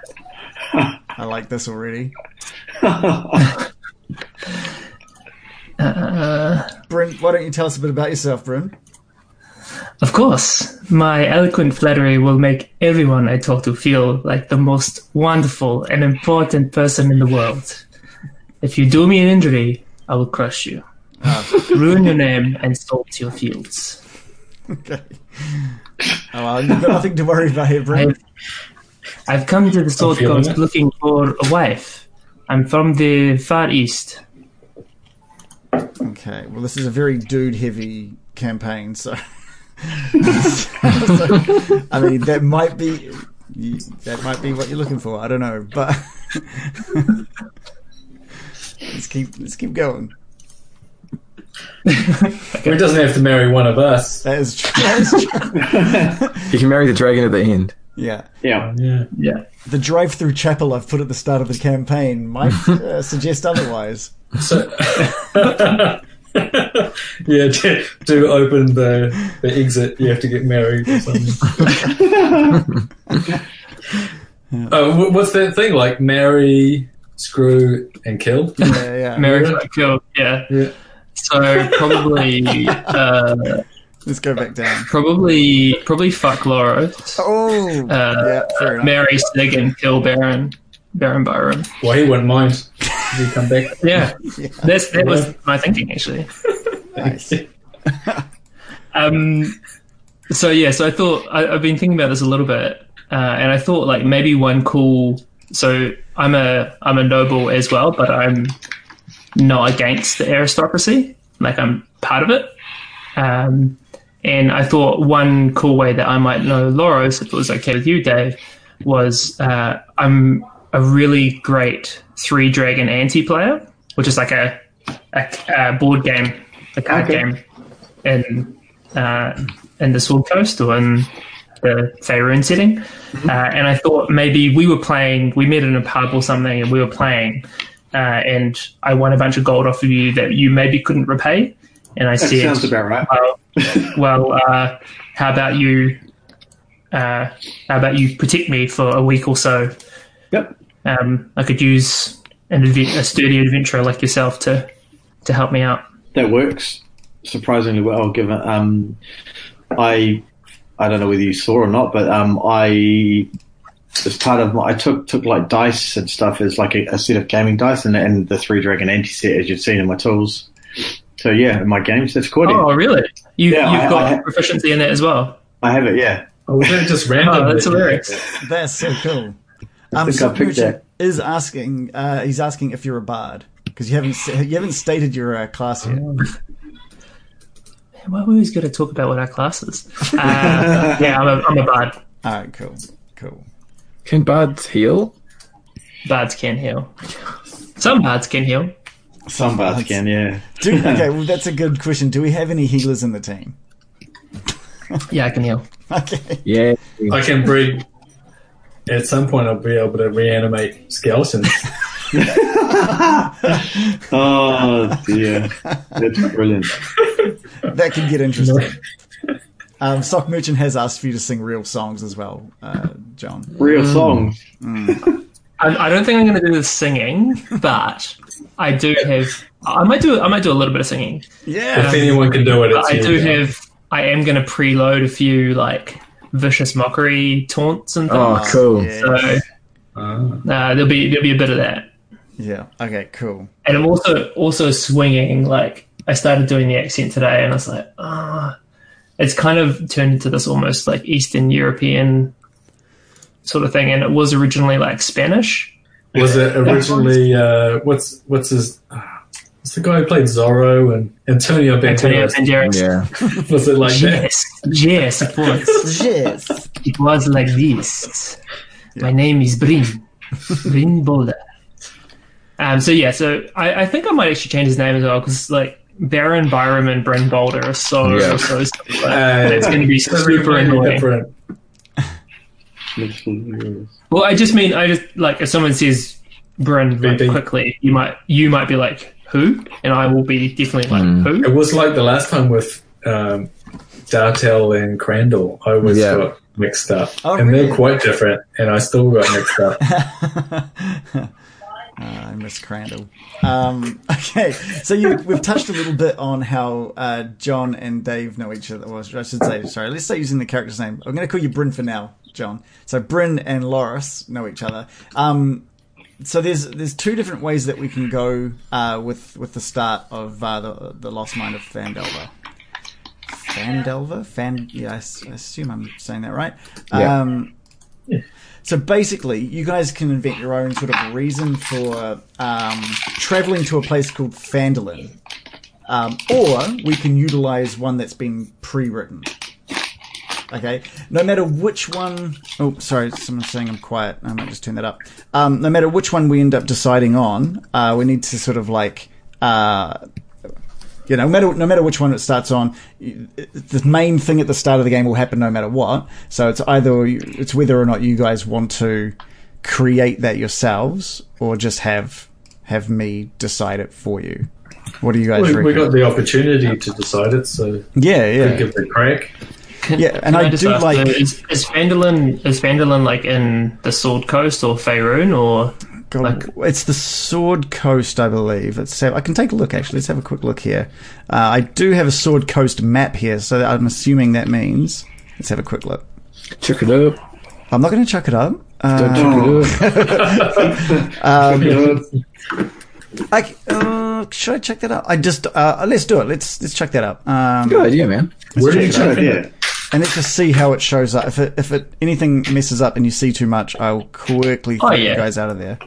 Speaker 2: I like this already. Bryn, why don't you tell us a bit about yourself, Bryn?
Speaker 3: Of course, my eloquent flattery will make everyone I talk to feel like the most wonderful and important person in the world. If you do me an injury, I will crush you, ruin your name, and salt your fields.
Speaker 2: Okay. Oh, well, you've got nothing to worry about here, Bryn.
Speaker 3: I've, I've come to the Sword
Speaker 4: feeling
Speaker 3: Coast
Speaker 4: it.
Speaker 3: looking for a wife. I'm from the Far East.
Speaker 2: Okay. Well, this is a very dude-heavy campaign, so. So, I mean, that might be you- that might be what you're looking for. I don't know, but let's keep let's keep going.
Speaker 4: He doesn't have to marry one of us.
Speaker 2: That is true. That is true.
Speaker 6: You can marry the dragon at the end.
Speaker 2: Yeah,
Speaker 5: Yeah.
Speaker 4: Yeah.
Speaker 3: Yeah.
Speaker 2: the drive-through chapel I've put at the start of the campaign might uh, suggest otherwise.
Speaker 4: So, yeah, to, to open the, the exit, you have to get married or something. oh, wh- what's that thing like? Marry, screw, and kill?
Speaker 2: Yeah, yeah.
Speaker 3: Marriage Kill, yeah.
Speaker 4: Yeah.
Speaker 3: So probably, uh,
Speaker 2: Let's go back down.
Speaker 3: probably, probably fuck Loros.
Speaker 2: Oh, yeah,
Speaker 3: uh,
Speaker 2: fair enough.
Speaker 3: Mary Sig and kill Baron Baron Byron.
Speaker 4: Well, he wouldn't mind. if he come back?
Speaker 3: Yeah, that's that was my thinking actually.
Speaker 2: Nice.
Speaker 3: Um, so yeah, so I thought I, I've been thinking about this a little bit, uh, and I thought like maybe one cool. So I'm a I'm a noble as well, but I'm not against the aristocracy. Like I'm part of it. Um, and I thought one cool way that I might know Loros, if it was okay with you, Dave, was uh, I'm a really great three dragon anti player, which is like a, a, a board game, a card
Speaker 5: Okay.
Speaker 3: game in uh, in the Sword Coast or in the Faerun setting.
Speaker 5: Mm-hmm.
Speaker 3: Uh, and I thought maybe we were playing, we met in a pub or something, and we were playing, uh, and I won a bunch of gold off of you that you maybe couldn't repay. And I
Speaker 5: That
Speaker 3: said,
Speaker 5: sounds about right.
Speaker 3: well, uh, how about you uh, how about you protect me for a week or so?
Speaker 4: Yep.
Speaker 3: Um, I could use an advent- a sturdy adventurer like yourself to to help me out.
Speaker 5: That works surprisingly well, given um, I I don't know whether you saw or not, but um, I as part of my I took took like dice and stuff as like a, a set of gaming dice and, and the three dragon anti set as you've seen in my tools. So yeah, in my games that's called
Speaker 3: Oh,
Speaker 5: it.
Speaker 3: really? You
Speaker 5: Yeah,
Speaker 3: you've
Speaker 5: I-
Speaker 3: got
Speaker 5: I-
Speaker 3: proficiency in it as well.
Speaker 5: I have it. Yeah,
Speaker 4: Oh, was that just random?
Speaker 3: Oh, that's hilarious.
Speaker 2: That's so cool. Um,
Speaker 5: think I
Speaker 2: so
Speaker 5: picked
Speaker 2: Richard is asking. Uh, he's asking if you're a bard because you haven't s- you haven't stated your uh, class yet.
Speaker 5: Oh.
Speaker 3: Well, we always got to talk about what our class is. Uh, yeah, I'm a, I'm a bard.
Speaker 2: All right, cool, cool.
Speaker 6: Can bards heal?
Speaker 3: Bards can heal. Some bards can heal.
Speaker 5: some bards can. Yeah,
Speaker 2: Do, okay, well that's a good question. Do we have any healers in the team?
Speaker 3: Yeah, I can heal.
Speaker 2: Okay,
Speaker 6: Yeah.
Speaker 4: I can breed. At some point, I'll be able to reanimate skeletons.
Speaker 5: Oh dear, that's brilliant.
Speaker 2: that could get interesting. Um, Sock Merchant has asked for you to sing real songs as well, uh, John.
Speaker 5: Real
Speaker 4: Mm.
Speaker 5: song.
Speaker 3: I, I don't think I'm going to do the singing, but I do have. I might do. I might do a little bit of singing.
Speaker 2: Yeah,
Speaker 4: if anyone can do it, it's
Speaker 3: I
Speaker 4: you.
Speaker 3: do have. I am going to preload a few like vicious mockery taunts and
Speaker 6: Oh,
Speaker 3: things.
Speaker 6: cool.
Speaker 2: yeah,
Speaker 3: So
Speaker 4: Ah.
Speaker 3: uh, there'll be there'll be a bit of that,
Speaker 2: yeah. Okay, cool.
Speaker 3: and I'm also also swinging. Like I started doing the accent today, and I was like, ah, it's kind of turned into this almost like Eastern European sort of thing, and it was originally like Spanish.
Speaker 4: Was it originally uh, what's what's his? ah, It's the guy who played Zorro and Antonio
Speaker 3: Antonio
Speaker 4: Banderas.
Speaker 3: Banderas.
Speaker 6: Yeah.
Speaker 4: Was it like that?
Speaker 3: Yes, yes, of course.
Speaker 2: Yes.
Speaker 3: It was like this. My name is Brin. Brin Bola. Um, so yeah, so I, I think I might actually change his name as well because like Baron Byram and Brin Boulder are so
Speaker 6: Yeah.
Speaker 3: so similar.
Speaker 4: Uh,
Speaker 3: it's going to be super
Speaker 4: completely
Speaker 3: annoying.
Speaker 4: different.
Speaker 5: Oh.
Speaker 3: Well, I just mean I just like if someone says Brin like,
Speaker 4: BB.
Speaker 3: quickly, you might you might be like who, and I will be definitely like
Speaker 6: Mm.
Speaker 3: who.
Speaker 4: It was like the last time with um, Dartel and Crandall. I always
Speaker 6: Yeah.
Speaker 4: got mixed up,
Speaker 2: Oh,
Speaker 4: and
Speaker 2: really?
Speaker 4: they're quite different, and I still got mixed up.
Speaker 2: Uh, I miss Crandall. Um, okay, so you, we've touched a little bit on how uh, John and Dave know each other. Well, I should say, sorry, let's start using the character's name. I'm going to call you Bryn for now, John. So Bryn and Loris know each other. Um, so there's there's two different ways that we can go uh, with with the start of uh, the the Lost Mind of Fandelver. Fandelver, Fan. Yeah, I, s- I assume I'm saying that right.
Speaker 6: Yeah.
Speaker 2: Um, so basically, you guys can invent your own sort of reason for um, traveling to a place called Fandolin. Um, or we can utilize one that's been pre written. Okay? No matter which one. Oh, sorry, someone's saying I'm quiet. I might just turn that up. Um, no matter which one we end up deciding on, uh, we need to sort of like. Uh, you know, no matter, no matter which one it starts on, you- the main thing at the start of the game will happen no matter what. So it's either it's whether or not you guys want to create that yourselves or just have have me decide it for you. What do you guys
Speaker 4: We,
Speaker 2: reckon?
Speaker 4: we got the opportunity to decide it, so
Speaker 2: yeah, yeah,
Speaker 4: give it a crack.
Speaker 3: Can-
Speaker 2: Yeah, and
Speaker 3: can
Speaker 2: I
Speaker 3: just
Speaker 2: do
Speaker 3: ask,
Speaker 2: like-
Speaker 3: though, is, is Vandalin is Vandalin like in the Sword Coast or Faerun or
Speaker 2: Go- it's the Sword Coast, I believe. Let's have, I can take a look. Actually, let's have a quick look here. Uh, I do have a Sword Coast map here, so I'm assuming that means. Let's have a quick look.
Speaker 6: Check it up.
Speaker 2: I'm not going to chuck it up. Uh,
Speaker 6: Don't check it up.
Speaker 4: Um,
Speaker 2: I, uh, should I check that up? I just uh, let's do it. Let's let's check that up. Um,
Speaker 6: Good idea, man.
Speaker 4: Where did you
Speaker 5: It's a
Speaker 4: check
Speaker 5: good
Speaker 4: it?
Speaker 5: idea.
Speaker 2: And let's just see how it shows up. If it, if it anything messes up and you see too much, I'll quickly
Speaker 3: Oh,
Speaker 2: throw you
Speaker 3: yeah.
Speaker 2: guys out of there.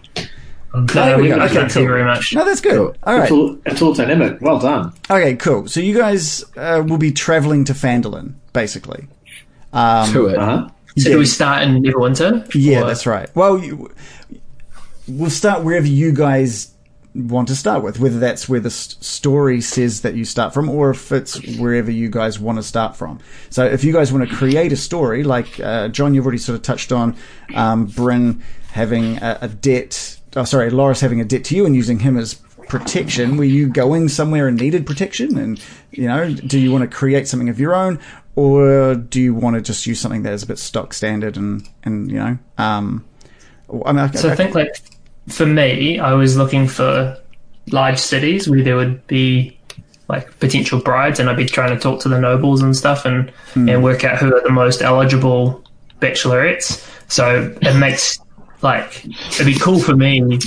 Speaker 3: no,
Speaker 2: we
Speaker 3: we
Speaker 2: go.
Speaker 3: don't
Speaker 2: Okay,
Speaker 3: fancy
Speaker 2: cool.
Speaker 3: very much.
Speaker 2: No, that's good.
Speaker 6: Cool.
Speaker 2: All right.
Speaker 5: It's all, it's all dynamic. Well done.
Speaker 2: Okay, cool. So you guys uh, will be traveling to Fandolin, basically.
Speaker 6: to it.
Speaker 5: Uh-huh.
Speaker 3: So
Speaker 2: Yeah.
Speaker 3: do we start in Neverwinter?
Speaker 2: Yeah,
Speaker 3: Or-
Speaker 2: that's right. Well, you, we'll start wherever you guys want to start with, whether that's where the st- story says that you start from, or if it's wherever you guys want to start from. So, if you guys want to create a story, like uh, John, you've already sort of touched on um, Bryn having a, a debt. Oh, sorry, Loris having a debt to you and using him as protection. Were you going somewhere and needed protection? And you know, do you want to create something of your own? or do you want to just use something that is a bit stock standard and and you know um I mean, I,
Speaker 3: So I think like for me, I was looking for large cities where there would be like potential brides, and I'd be trying to talk to the nobles and stuff, and
Speaker 2: Hmm.
Speaker 3: and work out who are the most eligible bachelorettes. So it makes like it'd be cool for me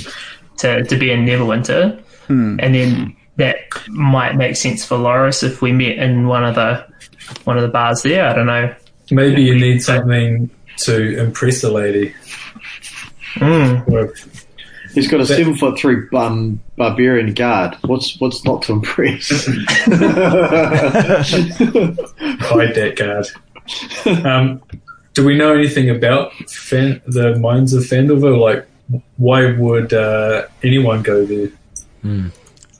Speaker 3: to to be in Neverwinter,
Speaker 2: Hmm.
Speaker 3: and then that might make sense for Loris if we met in one of the one of the bars there. I don't know.
Speaker 4: Maybe you need something to impress a lady.
Speaker 3: Mm.
Speaker 4: Or
Speaker 5: He's got a seven foot three um, barbarian guard. What's what's not to impress?
Speaker 4: hide that card. Um, do we know anything about Fan- the mines of Fandalville? Like, why would uh, anyone go there?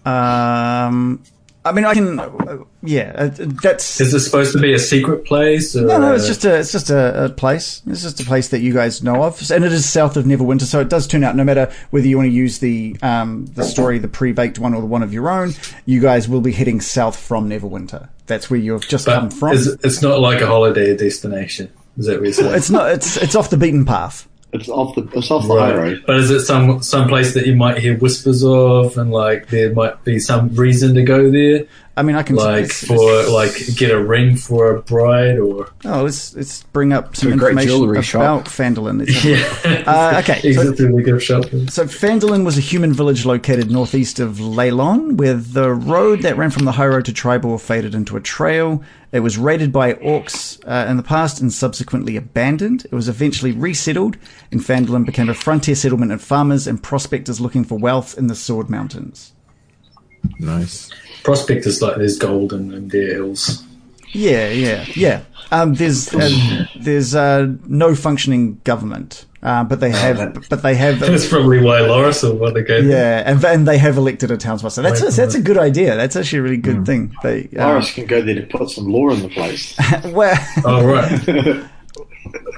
Speaker 2: um I mean I can yeah uh, that's
Speaker 4: Is this supposed to be a secret place? Or,
Speaker 2: no
Speaker 4: uh,
Speaker 2: no it's just a it's just a, a place it's just a place that you guys know of and it is south of Neverwinter so it does turn out no matter whether you want to use the um the story the pre baked one or the one of your own you guys will be heading south from Neverwinter that's where you have just
Speaker 4: but
Speaker 2: come from
Speaker 4: is- it's not like a holiday destination. Is that what you're saying?
Speaker 2: it's not it's it's off the beaten path
Speaker 5: it's off the it's off the high
Speaker 4: Right.
Speaker 5: road.
Speaker 4: But is it some some place that you might hear whispers of, and like there might be some reason to go there,
Speaker 2: I mean I can
Speaker 4: like
Speaker 2: it's-
Speaker 4: for like get a ring for a bride or
Speaker 2: Oh, let's let's bring up some
Speaker 6: a great
Speaker 2: information
Speaker 6: jewellery
Speaker 2: about
Speaker 6: shop.
Speaker 2: Fandolin. Let's-
Speaker 4: yeah.
Speaker 2: Uh, okay, so,
Speaker 4: Exit through the gift shop.
Speaker 2: so Fandolin was a human village located northeast of Leylon, where the road that ran from the high road to Tribor faded into a trail. It was raided by orcs uh, in the past and subsequently abandoned. It was eventually resettled, and Fandolin became a frontier settlement of farmers and prospectors looking for wealth in the Sword Mountains.
Speaker 6: Nice.
Speaker 4: Prospectors like there's gold in, in their hills.
Speaker 2: Yeah, yeah, yeah. Um, there's uh, there's uh, no functioning government, uh, but they have but they have
Speaker 4: That's probably why Loris will want to go. there.
Speaker 2: Yeah, and, and they have elected a townsmaster. That's a, that's a good idea. That's actually a really good
Speaker 4: Hmm.
Speaker 2: thing. They, uh,
Speaker 5: Iris can go there to put some law in the place.
Speaker 2: well,
Speaker 4: Oh right.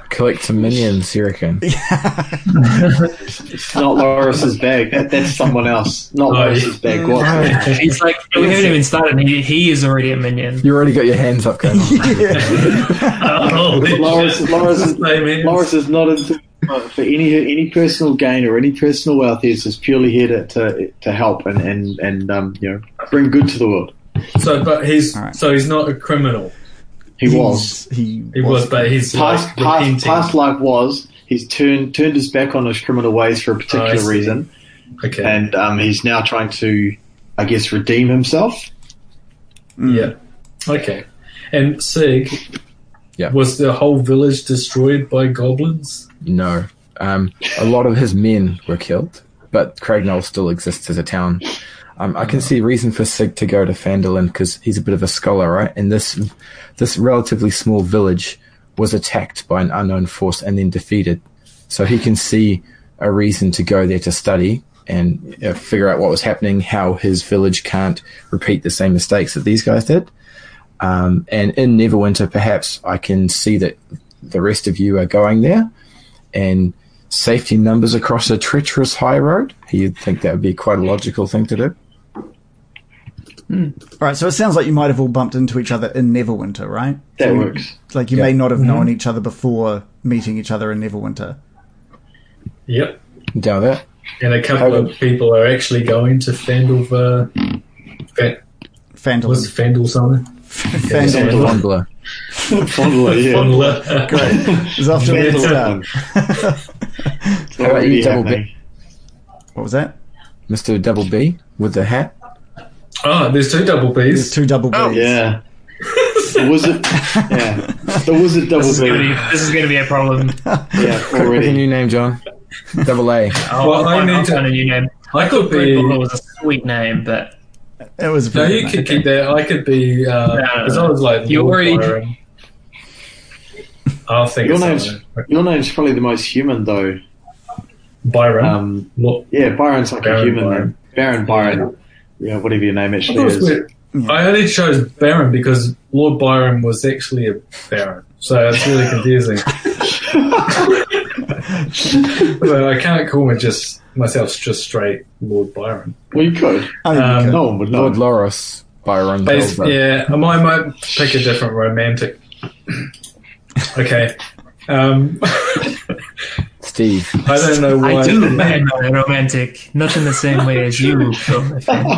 Speaker 6: Collect some minions, you reckon?
Speaker 5: It's not Loris's bag. That, that's someone else. Not
Speaker 4: Oh,
Speaker 5: Loris's bag. What?
Speaker 3: He's like we haven't even started. and He, he is already a minion.
Speaker 6: You already got your hands up going.
Speaker 4: Holy shit.
Speaker 5: Loris, Loris,
Speaker 4: That's
Speaker 5: is,
Speaker 4: what I mean.
Speaker 5: Loris is not into for any any personal gain or any personal wealth. He's just purely here to to, to help and and and um, you know bring good to the world.
Speaker 4: So, but he's
Speaker 2: right.
Speaker 4: so he's not a criminal.
Speaker 5: He was
Speaker 2: he's- he
Speaker 4: He was, but he's
Speaker 5: past
Speaker 4: like,
Speaker 5: past,
Speaker 4: repenting.
Speaker 5: past life was. He's turned turned his back on his criminal ways for a
Speaker 4: Oh, I
Speaker 5: particular
Speaker 4: see.
Speaker 5: reason,
Speaker 4: okay.
Speaker 5: and um, he's now trying to, I guess, redeem himself.
Speaker 4: Yeah. Okay. And Sig,
Speaker 6: Yeah.
Speaker 4: was the whole village destroyed by goblins?
Speaker 6: No. Um, a lot of his men were killed, but Craignoll still exists as a town. Um, I can see reason for Sig to go to Fandolin because he's a bit of a scholar, right? And this this relatively small village was attacked by an unknown force and then defeated, so he can see a reason to go there to study and uh, figure out what was happening, how his village can't repeat the same mistakes that these guys did. Um, and in Neverwinter, perhaps I can see that the rest of you are going there and safety numbers across a treacherous high road, you'd think that would be quite a logical thing to do.
Speaker 2: all right. So it sounds like you might have all bumped into each other in Neverwinter, right?
Speaker 5: That
Speaker 2: So-
Speaker 5: works.
Speaker 2: Like you may not
Speaker 4: Mm-hmm.
Speaker 2: have known each other before meeting each other in Neverwinter.
Speaker 4: Yep.
Speaker 6: Doubt that.
Speaker 4: And a couple of people are actually going to Fandalva. Fan, was it
Speaker 2: Fandolin,
Speaker 4: Fandal something?
Speaker 2: Fandolin
Speaker 6: One blow.
Speaker 5: Fondly, yeah.
Speaker 4: Fandla.
Speaker 2: is often
Speaker 4: Yeah.
Speaker 2: mixed up.
Speaker 5: It's
Speaker 6: How about you,
Speaker 5: already
Speaker 6: Double B?
Speaker 5: happening.
Speaker 2: What was that?
Speaker 6: Mr. Double B with the hat.
Speaker 4: Oh, there's two double
Speaker 2: There's
Speaker 4: Bs.
Speaker 2: two double
Speaker 5: Oh,
Speaker 2: B's.
Speaker 5: Yeah. The wizard. Yeah. The wizard double
Speaker 3: This is gonna be
Speaker 5: B.
Speaker 3: this is gonna be a problem.
Speaker 5: Yeah,
Speaker 6: What's your
Speaker 5: already.
Speaker 6: new name, John? Double A.
Speaker 3: I'll,
Speaker 4: Well,
Speaker 3: I'll
Speaker 4: I
Speaker 3: find,
Speaker 4: need
Speaker 3: I'll
Speaker 4: to-
Speaker 3: find a new name.
Speaker 4: I could
Speaker 3: Red
Speaker 4: be.
Speaker 3: Bull was a sweet name, but
Speaker 2: It was. a
Speaker 4: No,
Speaker 2: pretty
Speaker 4: you
Speaker 2: good
Speaker 4: could
Speaker 2: name.
Speaker 4: keep that. I could be. Uh,
Speaker 3: no,
Speaker 4: as
Speaker 3: no.
Speaker 4: I was like,
Speaker 3: You
Speaker 4: Lord
Speaker 3: already-
Speaker 4: Byron. I'll think
Speaker 5: Your
Speaker 4: of
Speaker 5: name's
Speaker 4: something.
Speaker 5: your name's probably the most human though.
Speaker 4: Byron.
Speaker 5: Um,
Speaker 4: Lord-
Speaker 5: yeah, Byron's like a
Speaker 4: Baron
Speaker 5: human
Speaker 4: Byron.
Speaker 5: name. Baron Byron. Yeah, whatever your name
Speaker 4: I
Speaker 5: actually
Speaker 4: thought it was
Speaker 5: is.
Speaker 4: weird. I only chose Baron because Lord Byron was actually a Baron, so it's really confusing. so I can't call me just myself just straight Lord Byron.
Speaker 5: We could.
Speaker 2: Oh, you
Speaker 4: Um,
Speaker 2: could.
Speaker 5: No one would know.
Speaker 6: Lord Loris by Ron
Speaker 4: Bas
Speaker 6: Goldberg.
Speaker 4: yeah, I might, I might pick a different romantic Okay. Um,
Speaker 6: Steve.
Speaker 4: I don't know why.
Speaker 3: I do, man. I'm romantic. Not in the same way as you. Phil, I think.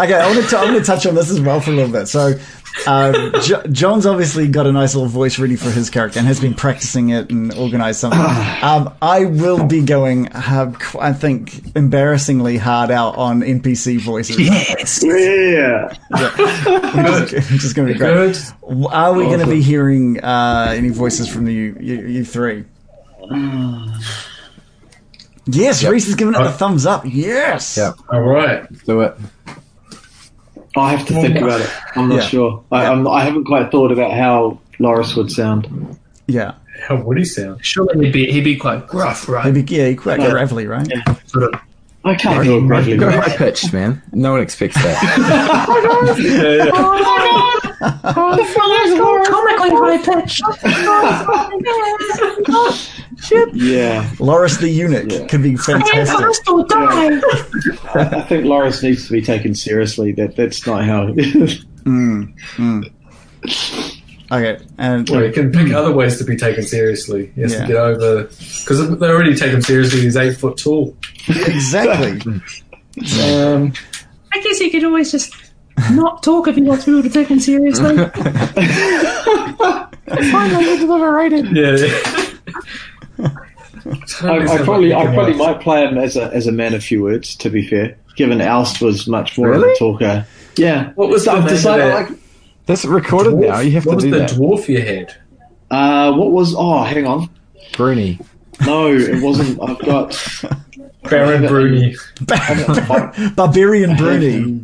Speaker 2: Okay, I want to I want to touch on this as well for a little bit. So, um, jo- John's obviously got a nice little voice ready for his character and has been practicing it and organised something. Um, I will be going, uh, qu- I think, embarrassingly hard out on NPC voices.
Speaker 3: Yes.
Speaker 5: Yeah.
Speaker 2: Which is, which is going to be great.
Speaker 4: Good.
Speaker 2: Are we going to be hearing uh, any voices from you, you, you three? Yes, Reese is giving it a thumbs up. Yes.
Speaker 6: Yeah.
Speaker 4: All right.
Speaker 6: Do it.
Speaker 5: I have to think about it. I'm not
Speaker 2: Yeah.
Speaker 5: sure. I, I'm, I haven't quite thought about how Loris would sound.
Speaker 2: Yeah.
Speaker 4: How would he sound?
Speaker 3: Surely he'd be, he'd be quite gruff, right?
Speaker 2: Maybe yeah, quite gravelly, right?
Speaker 3: Sort of.
Speaker 5: I can't do it gradually.
Speaker 6: Go high pitched, man. No one expects that.
Speaker 4: Yeah, yeah.
Speaker 1: Oh,
Speaker 5: Yeah.
Speaker 2: Loris the eunuch could be fantastic.
Speaker 5: yeah. I, I think Loris needs to be taken seriously. That that's not how.
Speaker 2: Hmm, Okay, and
Speaker 4: Well, you can
Speaker 6: Hmm.
Speaker 4: pick other ways to be taken seriously. He has
Speaker 2: Yeah.
Speaker 4: to get over because they already take him seriously. He's eight foot tall.
Speaker 2: exactly.
Speaker 4: Um,
Speaker 1: I guess you could always just not talk if you want people to take him seriously.
Speaker 4: yeah.
Speaker 5: I, I probably, I probably, my plan as a as a man of few words. To be fair, given Alst was much more of
Speaker 6: Really?
Speaker 5: a talker. Yeah.
Speaker 4: What was the
Speaker 5: I've
Speaker 4: name of
Speaker 5: decided.
Speaker 4: that?
Speaker 5: Like,
Speaker 6: That's recorded now. You have
Speaker 4: what
Speaker 6: to
Speaker 4: was
Speaker 6: do
Speaker 4: the
Speaker 6: that.
Speaker 4: dwarf you had?
Speaker 5: uh, what was? Oh, hang on.
Speaker 6: Bruni.
Speaker 5: No, it wasn't. I've got.
Speaker 4: Baron
Speaker 5: Yeah.
Speaker 4: Bruni.
Speaker 2: Barbarian Bruni.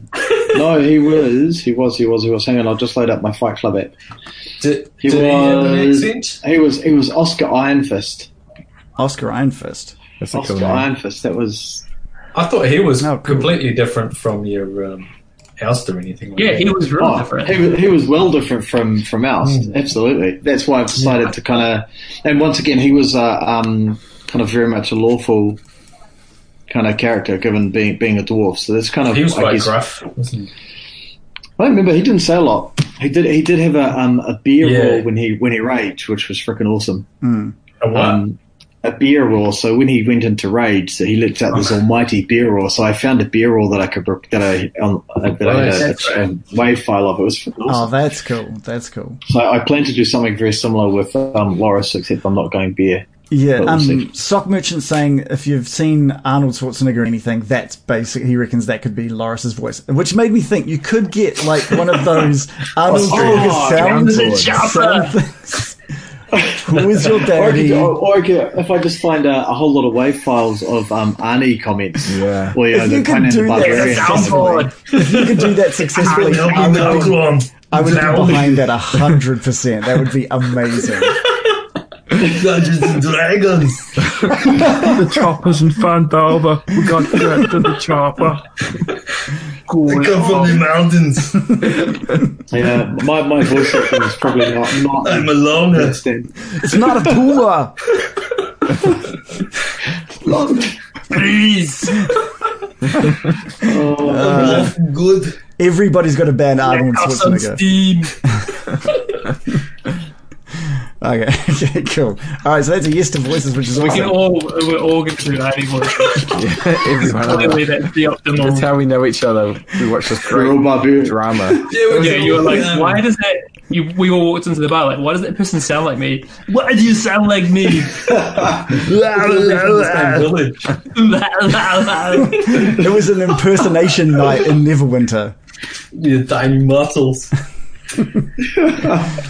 Speaker 5: No, he was. He was. He was. He was. Hang on. I'll just load up my Fight Club app.
Speaker 4: Did,
Speaker 5: He
Speaker 4: did he have an
Speaker 5: was-
Speaker 4: accent?
Speaker 5: He was. He was Oscar Ironfist.
Speaker 2: Oscar Ironfist.
Speaker 6: That's a
Speaker 5: Oscar
Speaker 6: cool name.
Speaker 5: Ironfist. That was.
Speaker 4: I thought he was
Speaker 2: No, cool.
Speaker 4: completely different from your um, Oust or anything. Like
Speaker 3: Yeah,
Speaker 4: that.
Speaker 3: he was real
Speaker 5: Oh,
Speaker 3: different.
Speaker 5: he, was- he was well different from from Oust.
Speaker 6: Hmm.
Speaker 5: Absolutely. That's why I've decided to kind of. And once again, he was uh, um, kind of very much a lawful kind of character, given being being a dwarf. So that's kind of.
Speaker 4: He was
Speaker 5: I
Speaker 4: quite
Speaker 5: guess-
Speaker 4: gruff. Wasn't he?
Speaker 5: I remember he didn't say a lot. He did. He did have a um, a beer
Speaker 4: Yeah.
Speaker 5: roar when he when he raged, which was freaking awesome.
Speaker 4: A what?
Speaker 5: um, a beer roar. So when he went into rage, so he looked out this almighty beer roar. So I found a beer roar that I could rec- that I um, uh, that I had
Speaker 4: Nice.
Speaker 5: a, a, a wave file of. It was awesome.
Speaker 2: Oh, that's cool. That's cool.
Speaker 5: so I plan to do something very similar with um, Loris, except I'm not going beer.
Speaker 2: Yeah.
Speaker 5: Well, we'll
Speaker 2: Um, Sock Merchant saying if you've seen Arnold Schwarzenegger or anything, that's basic. He reckons that could be Loris's voice, which made me think you could get like one of those Arnold Schwarzenegger
Speaker 5: Oh,
Speaker 2: sound,
Speaker 3: the chopper.
Speaker 2: sound things. Who is your
Speaker 5: Or, I could,
Speaker 2: daddy?
Speaker 5: or, or I could, if I just find a, a whole lot of wave files of um, Arnie comments,
Speaker 6: Yeah.
Speaker 5: well, you know,
Speaker 2: If
Speaker 5: the
Speaker 2: you could
Speaker 5: Conan
Speaker 2: do
Speaker 5: the
Speaker 2: that
Speaker 5: Barbarian.
Speaker 2: successfully, if you could do that successfully, I would be, I would be behind that hundred percent. That would be amazing.
Speaker 4: Dungeons and Dragons.
Speaker 6: The choppers and Fandalba. We got to to the chopper.
Speaker 4: They come from the mountains.
Speaker 5: Yeah, my, my voice acting is probably not not
Speaker 4: I'm a loner.
Speaker 5: extent.
Speaker 2: It's not a tour.
Speaker 3: Please.
Speaker 5: Oh,
Speaker 4: Good.
Speaker 2: Uh, Everybody's got to ban Arnold
Speaker 3: Have some
Speaker 2: Schwarzenegger.
Speaker 3: steam.
Speaker 2: Okay, okay, cool. All right, so that's a yes to voices, which is
Speaker 3: We can
Speaker 2: awesome.
Speaker 3: all we're all going to do that anyway.
Speaker 6: Everyone.
Speaker 3: Clearly, that's the
Speaker 6: That's
Speaker 3: optimal.
Speaker 6: how we know each other. We watch this
Speaker 5: we're all
Speaker 6: great
Speaker 5: barbarian.
Speaker 6: drama.
Speaker 3: Yeah, you were like, why does that? You, we all walked into the bar. Like, why does that person sound like me? Why do you sound like me?
Speaker 4: village.
Speaker 2: It was an impersonation night in Neverwinter.
Speaker 4: Your tiny muscles. I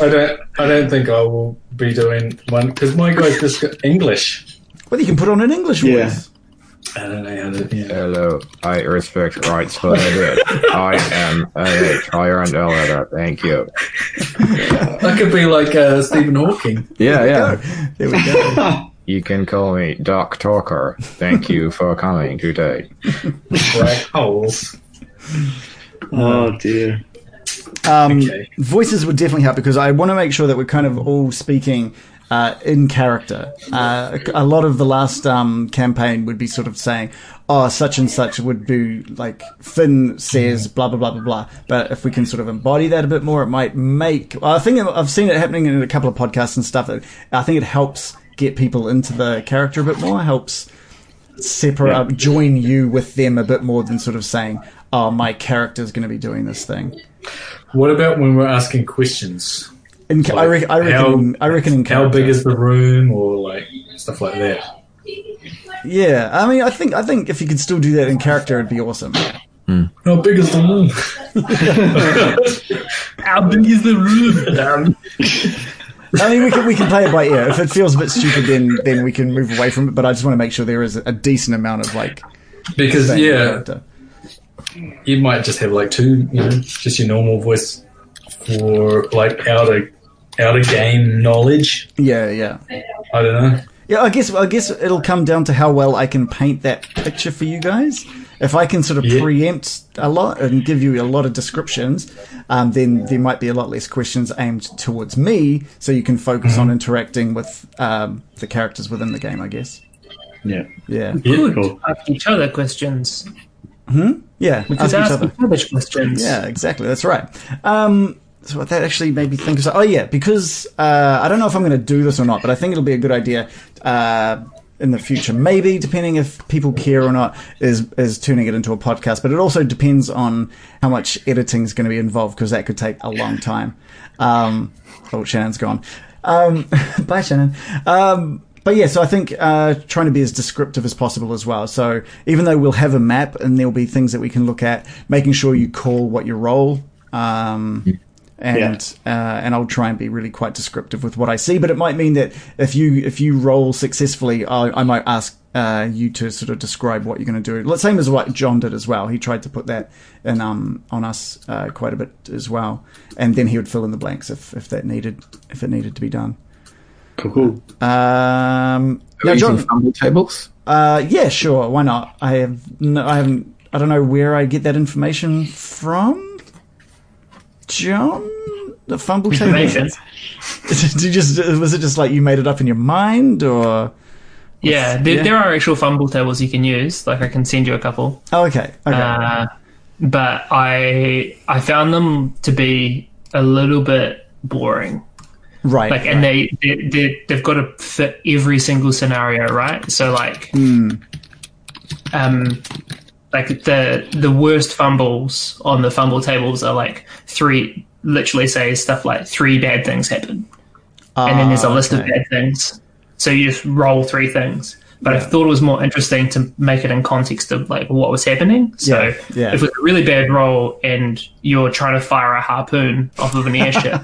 Speaker 4: don't. I don't think I will be doing one because my guy's just got English.
Speaker 2: Well, you can put on an English
Speaker 5: Yeah.
Speaker 2: voice.
Speaker 4: I don't know how to. Yeah.
Speaker 6: Hello, I respect rights for that. I am a tyrant elevator. Thank you.
Speaker 4: I could be like uh, Stephen Hawking.
Speaker 6: Yeah, yeah.
Speaker 2: There we go.
Speaker 6: You can call me Doc Talker. Thank you for coming today.
Speaker 4: "Oh, Black holes.
Speaker 5: Oh dear.
Speaker 2: Um,
Speaker 4: Okay.
Speaker 2: Voices would definitely help because I want to make sure that we're kind of all speaking uh, in character. Uh, a lot of the last um, campaign would be sort of saying, "Oh, such and such would be like Finn says blah blah blah blah blah." But if we can sort of embody that a bit more, it might make. I think I've seen it happening in a couple of podcasts and stuff. That I think it helps get people into the character a bit more. Helps separate up, join you with them a bit more than sort of saying, "Oh, my character's going to be doing this thing."
Speaker 4: What about when we're asking questions?
Speaker 2: In, ca- I, re- I reckon. I reckon. In
Speaker 4: How
Speaker 2: character.
Speaker 4: big is the room, or like stuff like that?
Speaker 2: Yeah, I mean, I think. I think if you could still do that in character, it'd be awesome.
Speaker 4: How big is the room? How big is the room? Um,
Speaker 2: I mean, we can we can play it by ear. If it feels a bit stupid, then then we can move away from it. But I just want to make sure there is a decent amount of like.
Speaker 4: because
Speaker 2: staying in
Speaker 4: yeah,
Speaker 2: character.
Speaker 4: you might just have like two, you know, just your normal voice for like outer outer game knowledge.
Speaker 2: Yeah, yeah,
Speaker 4: I don't know.
Speaker 2: yeah. I guess I guess it'll come down to how well I can paint that picture for you guys. If I can sort of
Speaker 4: Yeah.
Speaker 2: preempt a lot and give you a lot of descriptions, um, then there might be a lot less questions aimed towards me, so you can focus on interacting with um, the characters within the game. I guess.
Speaker 5: Yeah.
Speaker 2: Yeah.
Speaker 4: Yeah,
Speaker 5: Cool.
Speaker 3: Ask each other questions.
Speaker 2: Yeah,
Speaker 3: We could
Speaker 2: ask each other.
Speaker 3: each other questions.
Speaker 2: Yeah, exactly. That's right. Um, so what that actually made me think of. Oh yeah, because uh, I don't know if I'm going to do this or not, but I think it'll be a good idea uh, in the future. Maybe depending if people care or not, is is turning it into a podcast. But it also depends on how much editing is going to be involved because that could take a long time. Um, oh, Shannon's gone. Um, bye, Shannon. Um, but yeah, so I think uh, trying to be as descriptive as possible as well. So even though we'll have a map and there'll be things that we can look at, making sure you call what you roll, um, and uh, and I'll try and be really quite descriptive with what I see. But it might mean that if you if you roll successfully, I, I might ask uh, you to sort of describe what you're going to do. Let's Same as what John did as well. He tried to put that in um, on us uh, quite a bit as well, and then he would fill in the blanks if if that needed if it needed to be done.
Speaker 5: Cool. cool.
Speaker 2: Um, now,
Speaker 6: Using
Speaker 2: John,
Speaker 6: fumble tables.
Speaker 2: uh, yeah, sure. Why not? I have no, I haven't. I don't know where I get that information from. John, the fumble table.
Speaker 3: Information.
Speaker 2: Did you just was it just like you made it up in your mind, or
Speaker 3: Yeah, there,
Speaker 2: Yeah.
Speaker 3: there are actual fumble tables you can use. Like I can send you a couple.
Speaker 2: oh, okay, okay,
Speaker 3: Uh, but I I found them to be a little bit boring.
Speaker 2: right?
Speaker 3: Like, and they, they, they they've got to fit every single scenario, right? So like, um, like the the worst fumbles on the fumble tables are like three. Literally say stuff like three bad things happen and then there's a
Speaker 2: Ah,
Speaker 3: list of
Speaker 2: okay.
Speaker 3: bad things. So you just roll three things. But I
Speaker 2: Yeah.
Speaker 3: thought it was more interesting to make it in context of like what was happening. So
Speaker 2: Yeah, yeah.
Speaker 3: if it was a really bad roll and you're trying to fire a harpoon off of an airship,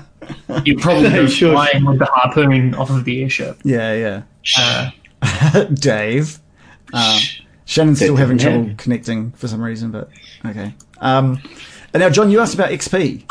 Speaker 3: you're probably
Speaker 5: Sure.
Speaker 3: flying with the harpoon off of the airship.
Speaker 2: Yeah,
Speaker 3: Uh,
Speaker 2: yeah. Dave, uh, Shannon's still
Speaker 5: Dave,
Speaker 2: having
Speaker 5: yeah.
Speaker 2: trouble connecting for some reason, but okay. Um, and now, John, you asked about XP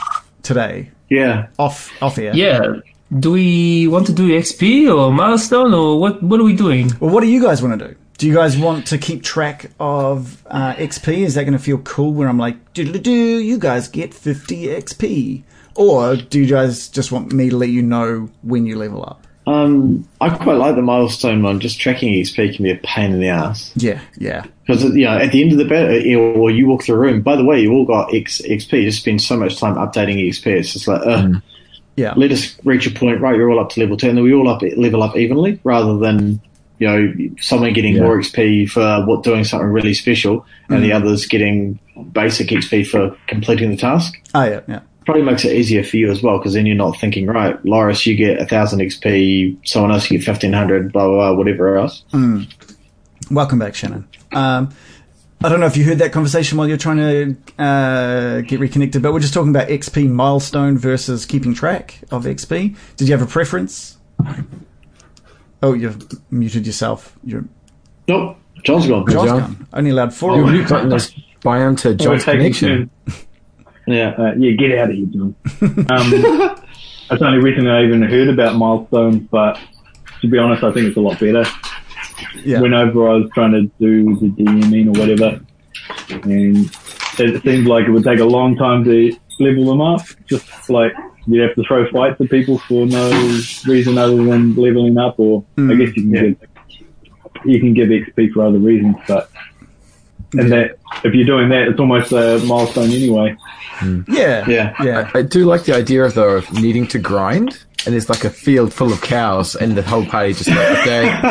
Speaker 2: today
Speaker 5: Yeah.
Speaker 2: off off air.
Speaker 3: yeah. Do we want to do XP or milestone or what? What are we doing?
Speaker 2: Well, what do you guys want to do? Do you guys want to keep track of uh, XP? Is that going to feel cool where I'm like, doodle doo, you guys get 50 XP? Or do you guys just want me to let you know when you level up?
Speaker 5: Um, I quite like the milestone one. Just tracking XP can be a pain in the ass
Speaker 2: Yeah, yeah.
Speaker 5: because you know at the end of the battle, or you walk through a room. By the way, you all got X, XP. You just spend so much time updating XP. It's just like, ugh.
Speaker 2: Yeah.
Speaker 5: let us reach a point. Right, you're all up to level ten. Then we all up level up evenly, rather than you know someone getting
Speaker 6: Yeah.
Speaker 5: more XP for what doing something really special, and the others getting basic XP for completing the task
Speaker 2: Oh, yeah, yeah.
Speaker 5: probably makes it easier for you as well because then you're not thinking, right, Loris, you get 1,000 XP, someone else you get 1,500, blah, blah, blah, whatever else.
Speaker 2: Welcome back, Shannon. Um, I don't know if you heard that conversation while you're trying to uh, get reconnected, but we're just talking about XP milestone versus keeping track of XP. Did you have a preference? Oh, you've muted yourself. You're
Speaker 5: Nope, John's gone.
Speaker 2: John's
Speaker 6: John?
Speaker 2: gone. Only allowed four.
Speaker 6: Your mute button is biome to John's
Speaker 7: taking
Speaker 6: connection.
Speaker 5: Yeah.
Speaker 7: Uh, yeah, get out of here, John. Um, that's the only reason I even heard about milestones, but to be honest, I think it's a lot better.
Speaker 2: Yeah.
Speaker 7: Whenever I was trying to do the DMing or whatever, and it seemed like it would take a long time to level them up. Just like you'd have to throw fights at people for no reason other than leveling up, or I guess you can give you can give XP for other reasons, but and that if you're doing that, it's almost a milestone anyway.
Speaker 2: Yeah.
Speaker 5: Yeah.
Speaker 2: Yeah.
Speaker 6: I do like the idea of though of needing to grind, and there's like a field full of cows, and the whole party just like, okay, we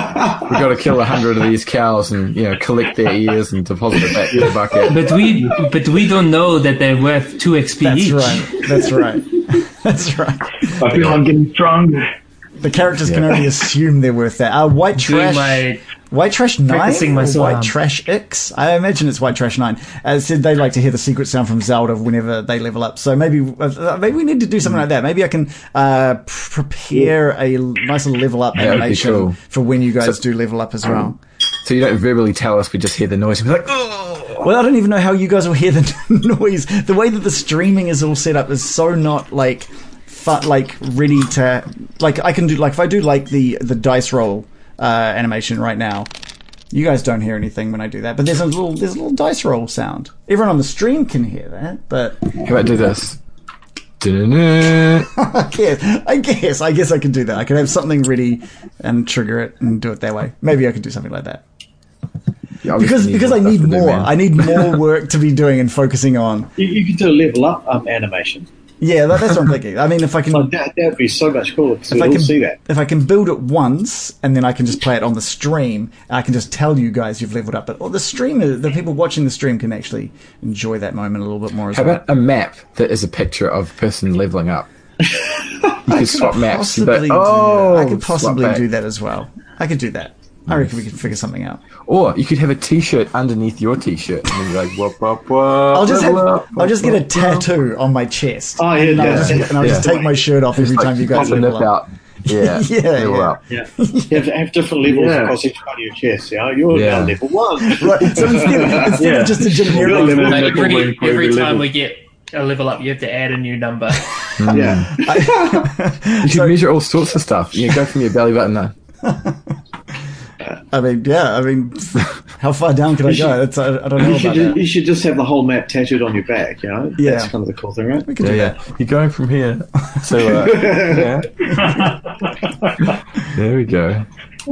Speaker 6: got to kill a hundred of these cows, and you know, collect their ears and deposit it back in the bucket.
Speaker 3: But we but we don't know that they're worth two XP
Speaker 2: That's
Speaker 3: each.
Speaker 2: right. That's right. That's right.
Speaker 7: I feel I'm getting stronger.
Speaker 2: The characters can only assume they're worth that. Uh, white
Speaker 3: Doing
Speaker 2: trash.
Speaker 3: my
Speaker 2: White Trash Nine,
Speaker 3: Practicing my
Speaker 2: or White
Speaker 3: slam.
Speaker 2: Trash X. I imagine it's White Trash Nine. As said, they like to hear the secret sound from Zelda whenever they level up. So maybe, uh, maybe we need to do something
Speaker 6: Mm.
Speaker 2: like that. Maybe I can uh, pr- prepare a l- nice little level up
Speaker 6: would be
Speaker 2: animation
Speaker 6: cool. um,
Speaker 2: for when you guys do level up as well.
Speaker 6: So you don't verbally tell us; we just hear the noise and we're like, oh.
Speaker 2: Well, I don't even know how you guys will hear the noise. The way that the streaming is all set up is so not like, fu- like ready to like. I can do like if I do like the the dice roll uh, animation right now. You guys don't hear anything when I do that, but there's a little there's a little dice roll sound. Everyone on the stream can hear that, but
Speaker 6: How about do this? Da-da-da.
Speaker 2: I guess I guess I guess I can do that. I can have something ready and trigger it and do it that way. Maybe I could do something like that.
Speaker 6: You
Speaker 2: Because
Speaker 6: obviously need
Speaker 2: because
Speaker 6: more
Speaker 2: I
Speaker 6: stuff
Speaker 2: need
Speaker 6: to do,
Speaker 2: more.
Speaker 6: man.
Speaker 2: I need more work to be doing and focusing on.
Speaker 5: You, you could do a level up um, animation.
Speaker 2: Yeah, that, that's what I'm thinking. I mean, if I can
Speaker 5: Like that, that'd be so much cooler because we'd
Speaker 2: I
Speaker 5: all
Speaker 2: can-
Speaker 5: see that.
Speaker 2: if I can build it once and then I can just play it on the stream, and I can just tell you guys you've leveled up. But the streamer, the people watching the stream can actually enjoy that moment a little bit more as
Speaker 6: How
Speaker 2: well.
Speaker 6: about a map that is a picture of a person leveling up? You could swap maps. but-
Speaker 2: Possibly do
Speaker 6: oh,
Speaker 2: that. I could
Speaker 6: swap
Speaker 2: possibly
Speaker 6: back.
Speaker 2: do that as well. I could do that. I reckon we could figure something out.
Speaker 6: Or you could have a T-shirt underneath your T-shirt, and then you're like, whoop, whoop, whoop.
Speaker 2: I'll just have, I'll just get a tattoo on my chest.
Speaker 5: Oh, yeah,
Speaker 2: and I'll
Speaker 5: yeah.
Speaker 2: just, and I'll just
Speaker 6: Yeah.
Speaker 2: take my shirt off every time you guys
Speaker 6: pop a
Speaker 2: level
Speaker 6: nip
Speaker 2: up.
Speaker 6: out. Yeah,
Speaker 2: Yeah,
Speaker 6: level
Speaker 2: yeah.
Speaker 6: up.
Speaker 5: Yeah. have, have different levels
Speaker 7: Yeah.
Speaker 5: across each part of your chest. You know, you're
Speaker 6: Yeah.
Speaker 5: now level one.
Speaker 2: Right. So instead, of- instead
Speaker 7: Yeah.
Speaker 2: of just a
Speaker 7: Well,
Speaker 2: generic
Speaker 7: then-
Speaker 3: like,
Speaker 7: Level
Speaker 3: every,
Speaker 7: improve
Speaker 3: every
Speaker 7: the
Speaker 3: time
Speaker 7: level.
Speaker 3: we get a level up, you have to add a new number.
Speaker 5: yeah.
Speaker 6: You should Hmm. measure all sorts of stuff. You go from your belly button. Up.
Speaker 2: I mean, yeah, I mean, how far down can I go? That's, I, I don't know
Speaker 5: You
Speaker 2: about
Speaker 5: should, just,
Speaker 2: that.
Speaker 5: you should just have the whole map tattooed on your back, you know?
Speaker 2: Yeah.
Speaker 5: That's kind of the cool thing, right?
Speaker 2: We could
Speaker 6: Yeah,
Speaker 2: do that.
Speaker 6: yeah. You're going from here. So uh, yeah, there we go.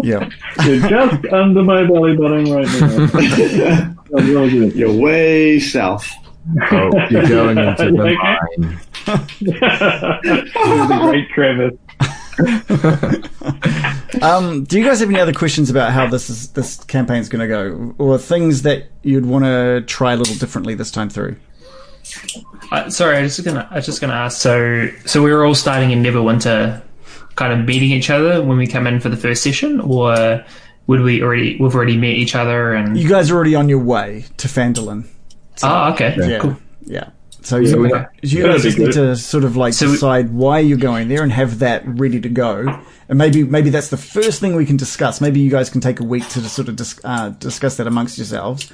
Speaker 2: Yeah.
Speaker 7: You're just under my belly button right now. I'm really good.
Speaker 5: You're way south.
Speaker 6: Oh, you're going into the
Speaker 7: Okay.
Speaker 6: mine.
Speaker 7: the great Travis.
Speaker 2: Um, do you guys have any other questions about how this is this campaign's going to go, or things that you'd want to try a little differently this time through?
Speaker 3: Uh, sorry, I was just gonna I was just gonna ask. So so we were all starting in Neverwinter, kind of meeting each other when we come in for the first session, or would we already we've already met each other and?
Speaker 2: You guys are already on your way to Fandolin.
Speaker 3: Ah, okay,
Speaker 2: Yeah.
Speaker 3: cool.
Speaker 2: Yeah. So you,
Speaker 6: we're not-
Speaker 2: you
Speaker 7: That'd
Speaker 2: guys
Speaker 7: be
Speaker 2: just need
Speaker 7: good.
Speaker 2: to sort of like
Speaker 3: So we-
Speaker 2: decide why you're going there and have that ready to go. And maybe maybe that's the first thing we can discuss. Maybe you guys can take a week to just sort of dis- uh, discuss that amongst yourselves.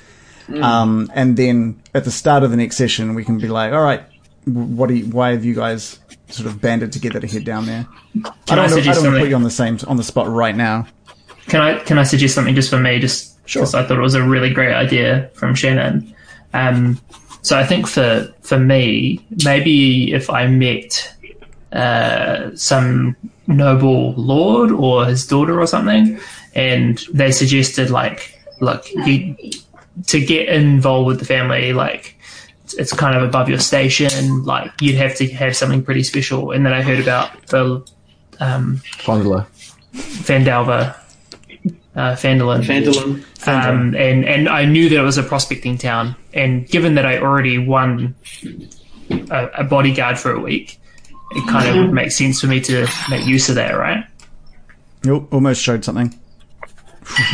Speaker 3: Mm.
Speaker 2: Um, and then at the start of the next session, we can be like, all right, w- what do you, why have you guys sort of banded together to head down there? I
Speaker 3: I
Speaker 2: don't, know, I
Speaker 3: suggest
Speaker 2: don't want to put
Speaker 3: something?
Speaker 2: you on the same on the spot right now.
Speaker 3: Can I can I suggest something just for me? Just because I thought it was a really great idea from Shannon. Um, so I think for for me, maybe if I met uh, some noble lord or his daughter or something, and they suggested like, look, you to get involved with the family, like it's- it's kind of above your station. Like you'd have to have something pretty special. And then I heard about the um,
Speaker 6: Fondler.
Speaker 3: Fandalva, uh, Fandolin.
Speaker 5: Fandolin.
Speaker 3: Um, and, and I knew that it was a prospecting town. And given that I already won a, a bodyguard for a week, it kind of would make sense for me to make use of that, right?
Speaker 2: You almost showed something.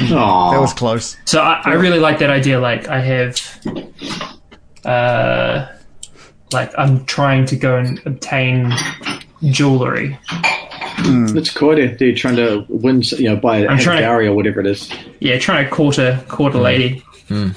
Speaker 5: Aw.
Speaker 2: That
Speaker 3: Oh.
Speaker 2: was close.
Speaker 3: So I, I really like that idea. Like, I have. Uh, like, I'm trying to go and obtain jewelry.
Speaker 5: That's quite it. Dude, trying to win, you know, buy a
Speaker 3: trying to-
Speaker 5: Gary or whatever it is.
Speaker 3: Yeah, trying to court a, court a lady.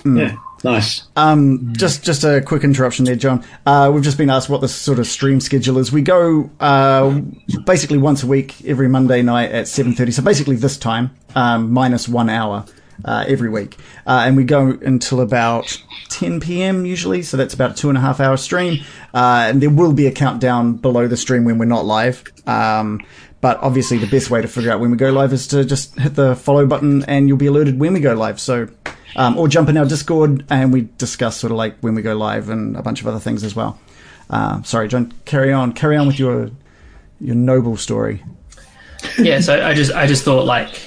Speaker 5: Yeah. Nice.
Speaker 2: Um, just just a quick interruption there, John. Uh, we've just been asked what the sort of stream schedule is. We go uh, basically once a week, every Monday night at seven thirty. So basically this time, um, minus one hour. uh, every week. Uh, and we go until about 10 p.m. usually, so that's about a two and a half hour stream. Uh, and there will be a countdown below the stream when we're not live. Um, but obviously, the best way to figure out when we go live is to just hit the follow button and you'll be alerted when we go live. So, um, or jump in our Discord and we discuss sort of like when we go live and a bunch of other things as well. Uh, sorry, John, carry on. Carry on with your your noble story.
Speaker 3: yeah, so I just I just thought like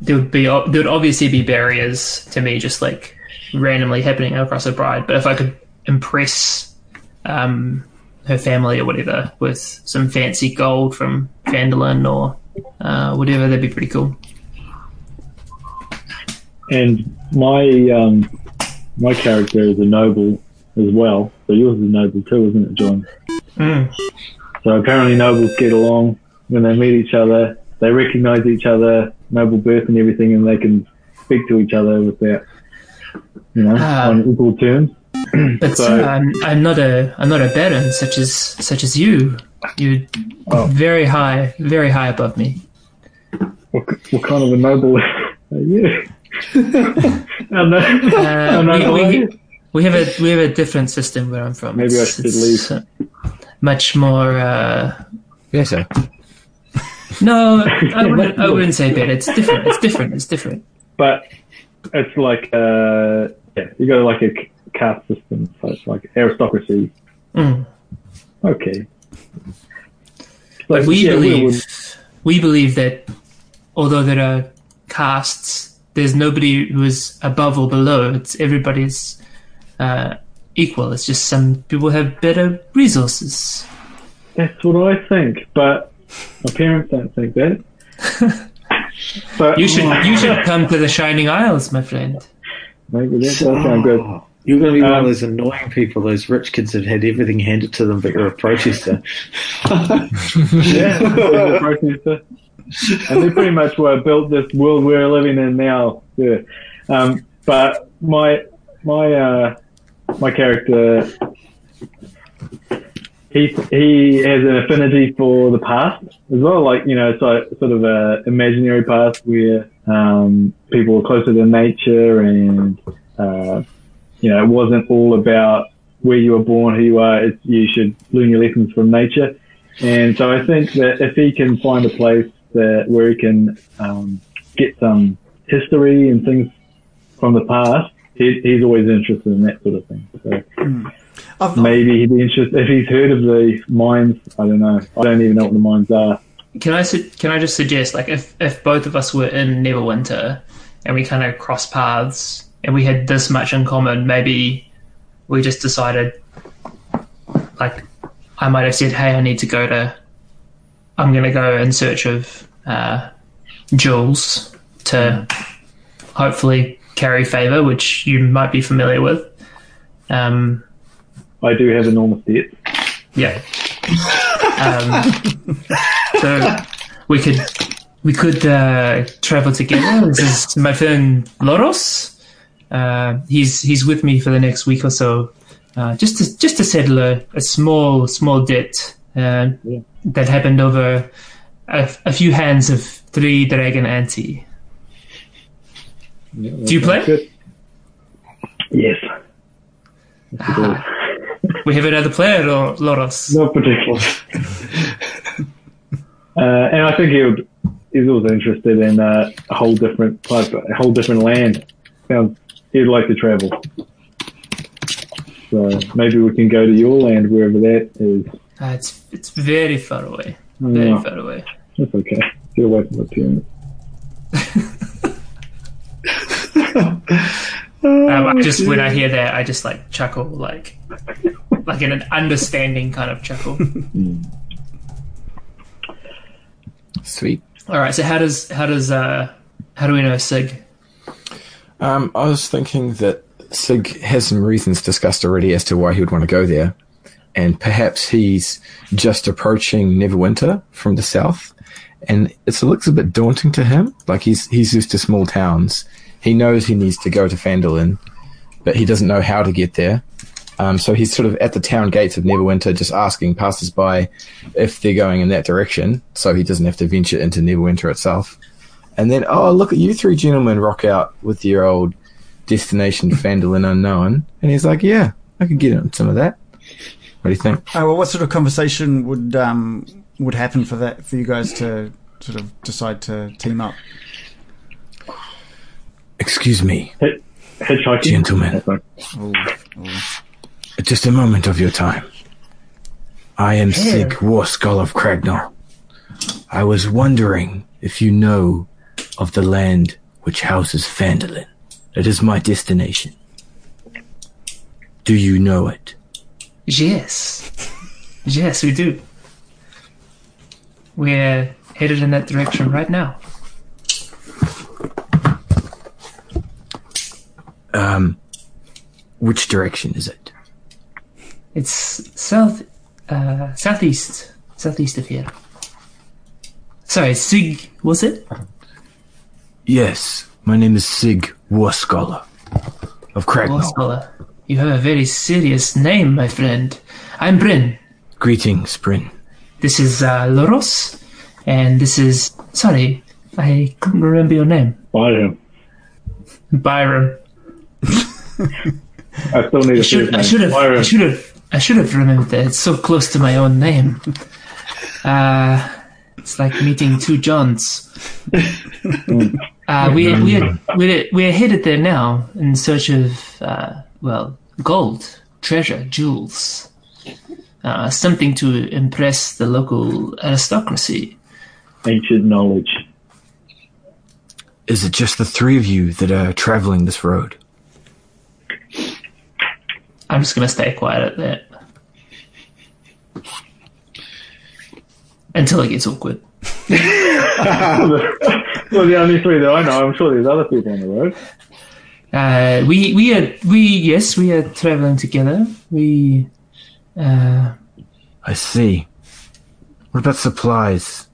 Speaker 3: there would be there would obviously be barriers to me just like randomly happening across a bride, but if I could impress um, her family or whatever with some fancy gold from Vandalin or uh, whatever, that'd be pretty cool.
Speaker 7: And my um, my character is a noble as well. So yours is a noble too, isn't it, John?
Speaker 3: Mm.
Speaker 7: So apparently nobles get along when they meet each other. They recognise each other, noble birth and everything, and they can speak to each other without, you know,
Speaker 3: Ah.
Speaker 7: on equal terms.
Speaker 3: But
Speaker 7: So-
Speaker 3: um, I'm not a I'm not a baron such as such as you. You're very high, very high above me.
Speaker 7: What, what kind of a noble are you? I'm not,
Speaker 3: Uh,
Speaker 7: I'm not
Speaker 3: we,
Speaker 7: lying.
Speaker 3: we, we have a we have a different system where I'm from.
Speaker 7: Maybe I should leave.
Speaker 3: uh, Much more. Uh,
Speaker 6: Yeah, so
Speaker 3: no, I wouldn't. I wouldn't say better. It's different. It's different. It's different.
Speaker 7: but it's like uh, yeah, you got like a c- caste system, so it's like aristocracy.
Speaker 3: Mm.
Speaker 7: Okay.
Speaker 3: But
Speaker 7: So,
Speaker 3: we
Speaker 7: yeah,
Speaker 3: believe
Speaker 7: would-
Speaker 3: we believe that although there are castes, there's nobody who is above or below. It's everybody's uh, equal. It's just some people have better resources.
Speaker 7: that's what I think, but my parents don't think that. But
Speaker 3: You should you should come to the Shining Isles, my friend.
Speaker 7: Maybe that does sound good.
Speaker 5: Oh. You're going to be one
Speaker 7: Um,
Speaker 5: of those annoying people. Those rich kids have had everything handed to them, but you're a protester.
Speaker 7: Yeah, they're the protester. and they pretty much were built this world we're living in now. Yeah. Um, but my my uh, my character, he he has an affinity for the past as well. Like you know, so sort of a imaginary past where um, people were closer to nature, and uh, you know, it wasn't all about where you were born, who you are. It's, you should learn your lessons from nature. And so I think that if he can find a place that where he can um, get some history and things from the past, he, he's always interested in that sort of thing. So
Speaker 2: I've,
Speaker 7: maybe he'd be interested if he's heard of the mines. I don't know. I don't even know what the mines are.
Speaker 3: Can I su- can I just suggest like if if both of us were in Neverwinter and we kind of crossed paths and we had this much in common, maybe we just decided like I might have said, hey, I need to go to I'm gonna go in search of uh, jewels to hopefully carry favor, which you might be familiar with. Um,
Speaker 7: I do have enormous debt.
Speaker 3: yeah. Um, so we could we could uh, travel together. This is my friend Loros. Uh, he's he's with me for the next week or so, uh, just to just to settle a, a small small debt uh, that happened over a, a few hands of three dragon ante. Do you play?
Speaker 7: Good. Yes.
Speaker 3: Ah. We have another player, Lo- Loros.
Speaker 7: Not particularly. uh, and I think he would, he's also interested in uh, a whole different type, a whole different land. Sounds he'd like to travel. So maybe we can go to your land, wherever that is.
Speaker 3: Uh, it's it's very far away. Very
Speaker 7: No,
Speaker 3: far away.
Speaker 7: that's okay. Get away from the pyramid.
Speaker 3: Um, I just when I hear that, I just like chuckle, like like in an understanding kind of chuckle.
Speaker 6: sweet.
Speaker 3: All right, so how does how does uh how do we know Sig?
Speaker 6: Um, I was thinking that Sig has some reasons discussed already as to why he would want to go there, and perhaps he's just approaching Neverwinter from the south, and it's, it looks a bit daunting to him. Like he's he's used to small towns. He knows he needs to go to Fandolin, but he doesn't know how to get there. Um, so he's sort of at the town gates of Neverwinter, just asking passersby if they're going in that direction, so he doesn't have to venture into Neverwinter itself. And then, oh, look at you three gentlemen rock out with your old destination Fandolin Unknown. And he's like, yeah, I could get on some of that. What do you think?
Speaker 2: Oh, well, what sort of conversation would um, would happen for that for you guys to sort of decide to team up?
Speaker 6: Excuse me,
Speaker 7: Hitchhiking.
Speaker 6: gentlemen.
Speaker 7: That's right.
Speaker 2: Ooh, ooh.
Speaker 6: oh. Just a moment of your time. I am Sig War Skull of Cragnor. I was wondering if you know of the land which houses Fandolin. It is my destination. Do you know it?
Speaker 3: Yes. Yes, we do. We're headed in that direction right now.
Speaker 6: Um, which direction is it?
Speaker 3: It's south, uh, southeast, southeast of here. Sorry, Sig, was it?
Speaker 6: Yes, my name is Sig War Scholar of
Speaker 3: Or
Speaker 6: Cragnor.
Speaker 3: scholar. You have a very serious name, my friend. I'm Bryn.
Speaker 6: Greetings, Bryn.
Speaker 3: This is uh, Loros, and this is sorry, I couldn't remember your name.
Speaker 7: Buy him.
Speaker 3: Byram.
Speaker 7: I still need
Speaker 3: I
Speaker 7: a
Speaker 3: should,
Speaker 7: first
Speaker 3: I
Speaker 7: name.
Speaker 3: should have, I
Speaker 7: Byron.
Speaker 3: should have, I should have remembered that. It's so close to my own name. Uh, it's like meeting two Johns. uh, we we're, we're we're headed there now in search of uh, well gold, treasure, jewels, uh, something to impress the local aristocracy.
Speaker 7: Ancient knowledge.
Speaker 6: Is it just the three of you that are traveling this road?
Speaker 3: I'm just gonna stay quiet at that until it gets awkward.
Speaker 7: Well, the only three that I know, I'm sure there's other people on the road.
Speaker 3: Uh, we we are we yes we are traveling together. We uh,
Speaker 6: I see. What about supplies?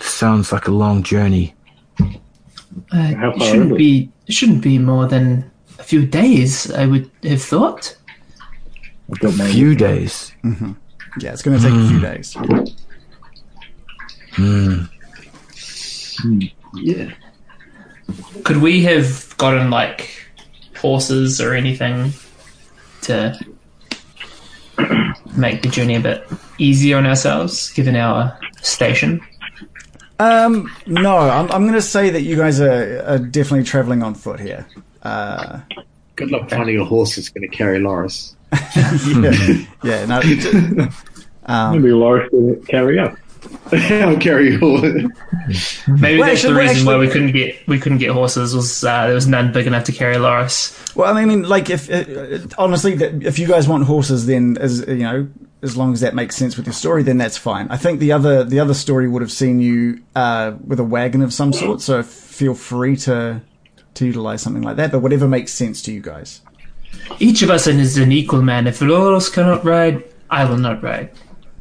Speaker 6: Sounds like a long journey.
Speaker 3: uh,
Speaker 7: How
Speaker 3: it
Speaker 7: far
Speaker 3: shouldn't
Speaker 7: is it?
Speaker 3: be it shouldn't be more than a few days. I would have thought.
Speaker 7: I've got my-
Speaker 6: Few days.
Speaker 2: Yeah, it's going to take a few days.
Speaker 5: Yeah.
Speaker 3: Could we have gotten like horses or anything to make the journey a bit easier on ourselves, given our station?
Speaker 2: Um, no, I'm, I'm going to say that you guys are, are definitely traveling on foot here. Uh,
Speaker 5: Good luck finding a horse that's going to carry Loris.
Speaker 2: yeah, yeah, no,
Speaker 7: Maybe Loris will carry up.
Speaker 5: I'll carry you all.
Speaker 3: Maybe
Speaker 2: Well,
Speaker 3: that's
Speaker 2: actually-
Speaker 3: the
Speaker 2: well,
Speaker 3: reason why
Speaker 2: actually- uh,
Speaker 3: we couldn't get we couldn't get horses was uh, there was none big enough to carry Loris.
Speaker 2: Well, I mean, like if uh, honestly, that if you guys want horses, then as you know, as long as that makes sense with your story, then that's fine. I think the other the other story would have seen you uh, with a wagon of some sort, so feel free to to utilize something like that. But whatever makes sense to you guys.
Speaker 3: Each of us is an equal man. If Loros cannot ride, I will not ride.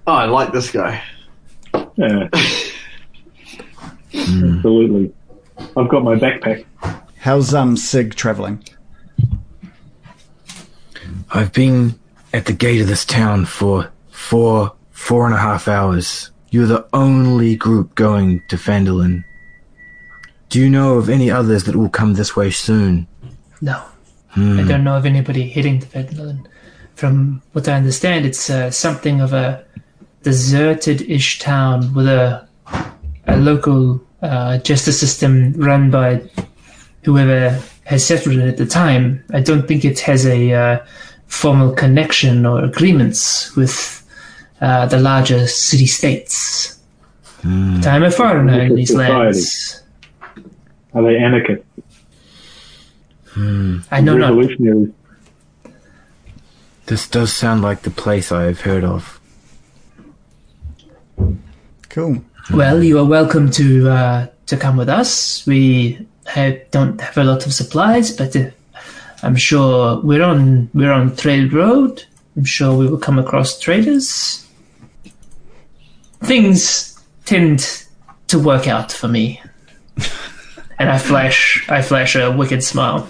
Speaker 5: Oh, I like this guy.
Speaker 7: Yeah.
Speaker 2: Hmm.
Speaker 7: Absolutely. I've got my backpack.
Speaker 2: How's um Sig traveling?
Speaker 6: I've been at the gate of this town for four, four and a half hours. You're the only group going to Fandolin. Do you know of any others that will come this way soon?
Speaker 3: No. I don't know of anybody heading to Fenland. From what I understand, it's uh, something of a deserted-ish town with a a local uh, justice system run by whoever has settled it at the time. I don't think it has a uh, formal connection or agreements with uh, the larger city-states. I'm a foreigner in these
Speaker 7: Society.
Speaker 3: lands.
Speaker 7: Are they anarchists?
Speaker 3: I know not
Speaker 7: Revolutionaries?
Speaker 6: This does sound like the place I have heard of.
Speaker 2: Cool.
Speaker 3: Well, you are welcome to uh, to come with us. We ha don't have a lot of supplies, but uh, I'm sure we're on we're on Trail Road. I'm sure we will come across traders. Things tend to work out for me, and I flash I flash a wicked smile.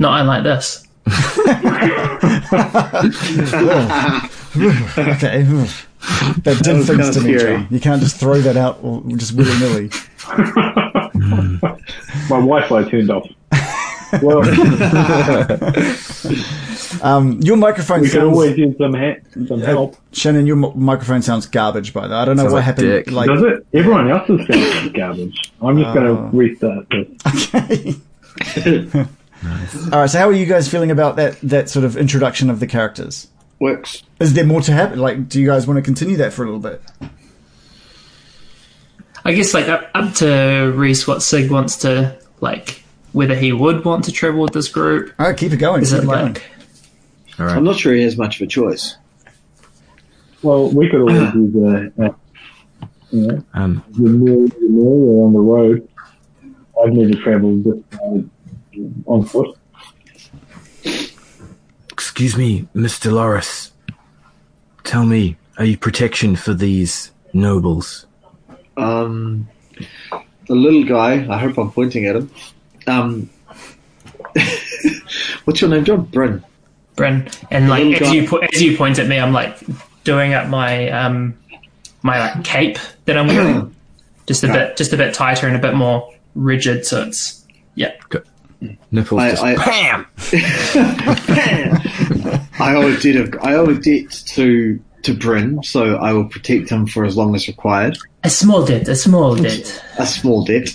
Speaker 3: Not unlike this.
Speaker 2: Okay, that did things
Speaker 5: was kinda
Speaker 2: to me,
Speaker 5: scary.
Speaker 2: John. You can't just throw that out or just willy nilly.
Speaker 7: My Wi-Fi turned off. Well,
Speaker 2: Um, your microphone
Speaker 7: we could
Speaker 2: sounds.
Speaker 7: always use some, ha- some
Speaker 2: uh,
Speaker 7: help.
Speaker 2: Shannon, your m- microphone sounds garbage. By the way, I don't know
Speaker 6: Sounds
Speaker 2: what
Speaker 6: like
Speaker 2: happened.
Speaker 6: dick.
Speaker 2: Like,
Speaker 7: Does it? Everyone else's sound is garbage. I'm just going
Speaker 2: Oh.
Speaker 7: to restart this.
Speaker 2: okay. All right. So, how are you guys feeling about that? That sort of introduction of the characters.
Speaker 5: Works.
Speaker 2: Is there more to happen? Like, do you guys want to continue that for a little bit?
Speaker 3: I guess like up, up to Reese what Sig wants to like whether he would want to travel with this group.
Speaker 2: All right, keep it going.
Speaker 3: Is
Speaker 2: keep
Speaker 3: it
Speaker 2: going.
Speaker 3: like
Speaker 5: I'm
Speaker 6: All right.
Speaker 5: not sure he has much of a choice.
Speaker 7: Well, we could always use a, a you know,
Speaker 6: Um,
Speaker 7: the more the more on the road. I've never travelled this side um, on foot.
Speaker 6: excuse me, Miss Dolores. Tell me, are you protection for these nobles?
Speaker 5: Um, the little guy. I hope I'm pointing at him. Um, what's your name, John? Bryn.
Speaker 3: Bryn? And like
Speaker 5: Little
Speaker 3: as
Speaker 5: guy.
Speaker 3: you po- as you point at me, I'm like doing up my um my like cape that I'm wearing, just a bit just a bit tighter and a bit more rigid, so it's yeah.
Speaker 6: Nipples
Speaker 5: I-
Speaker 6: just
Speaker 5: I-
Speaker 6: bam.
Speaker 5: I owe a debt. Of, I owe a debt to to Bryn, so I will protect him for as long as required.
Speaker 3: A small debt, a small debt.
Speaker 5: A small debt.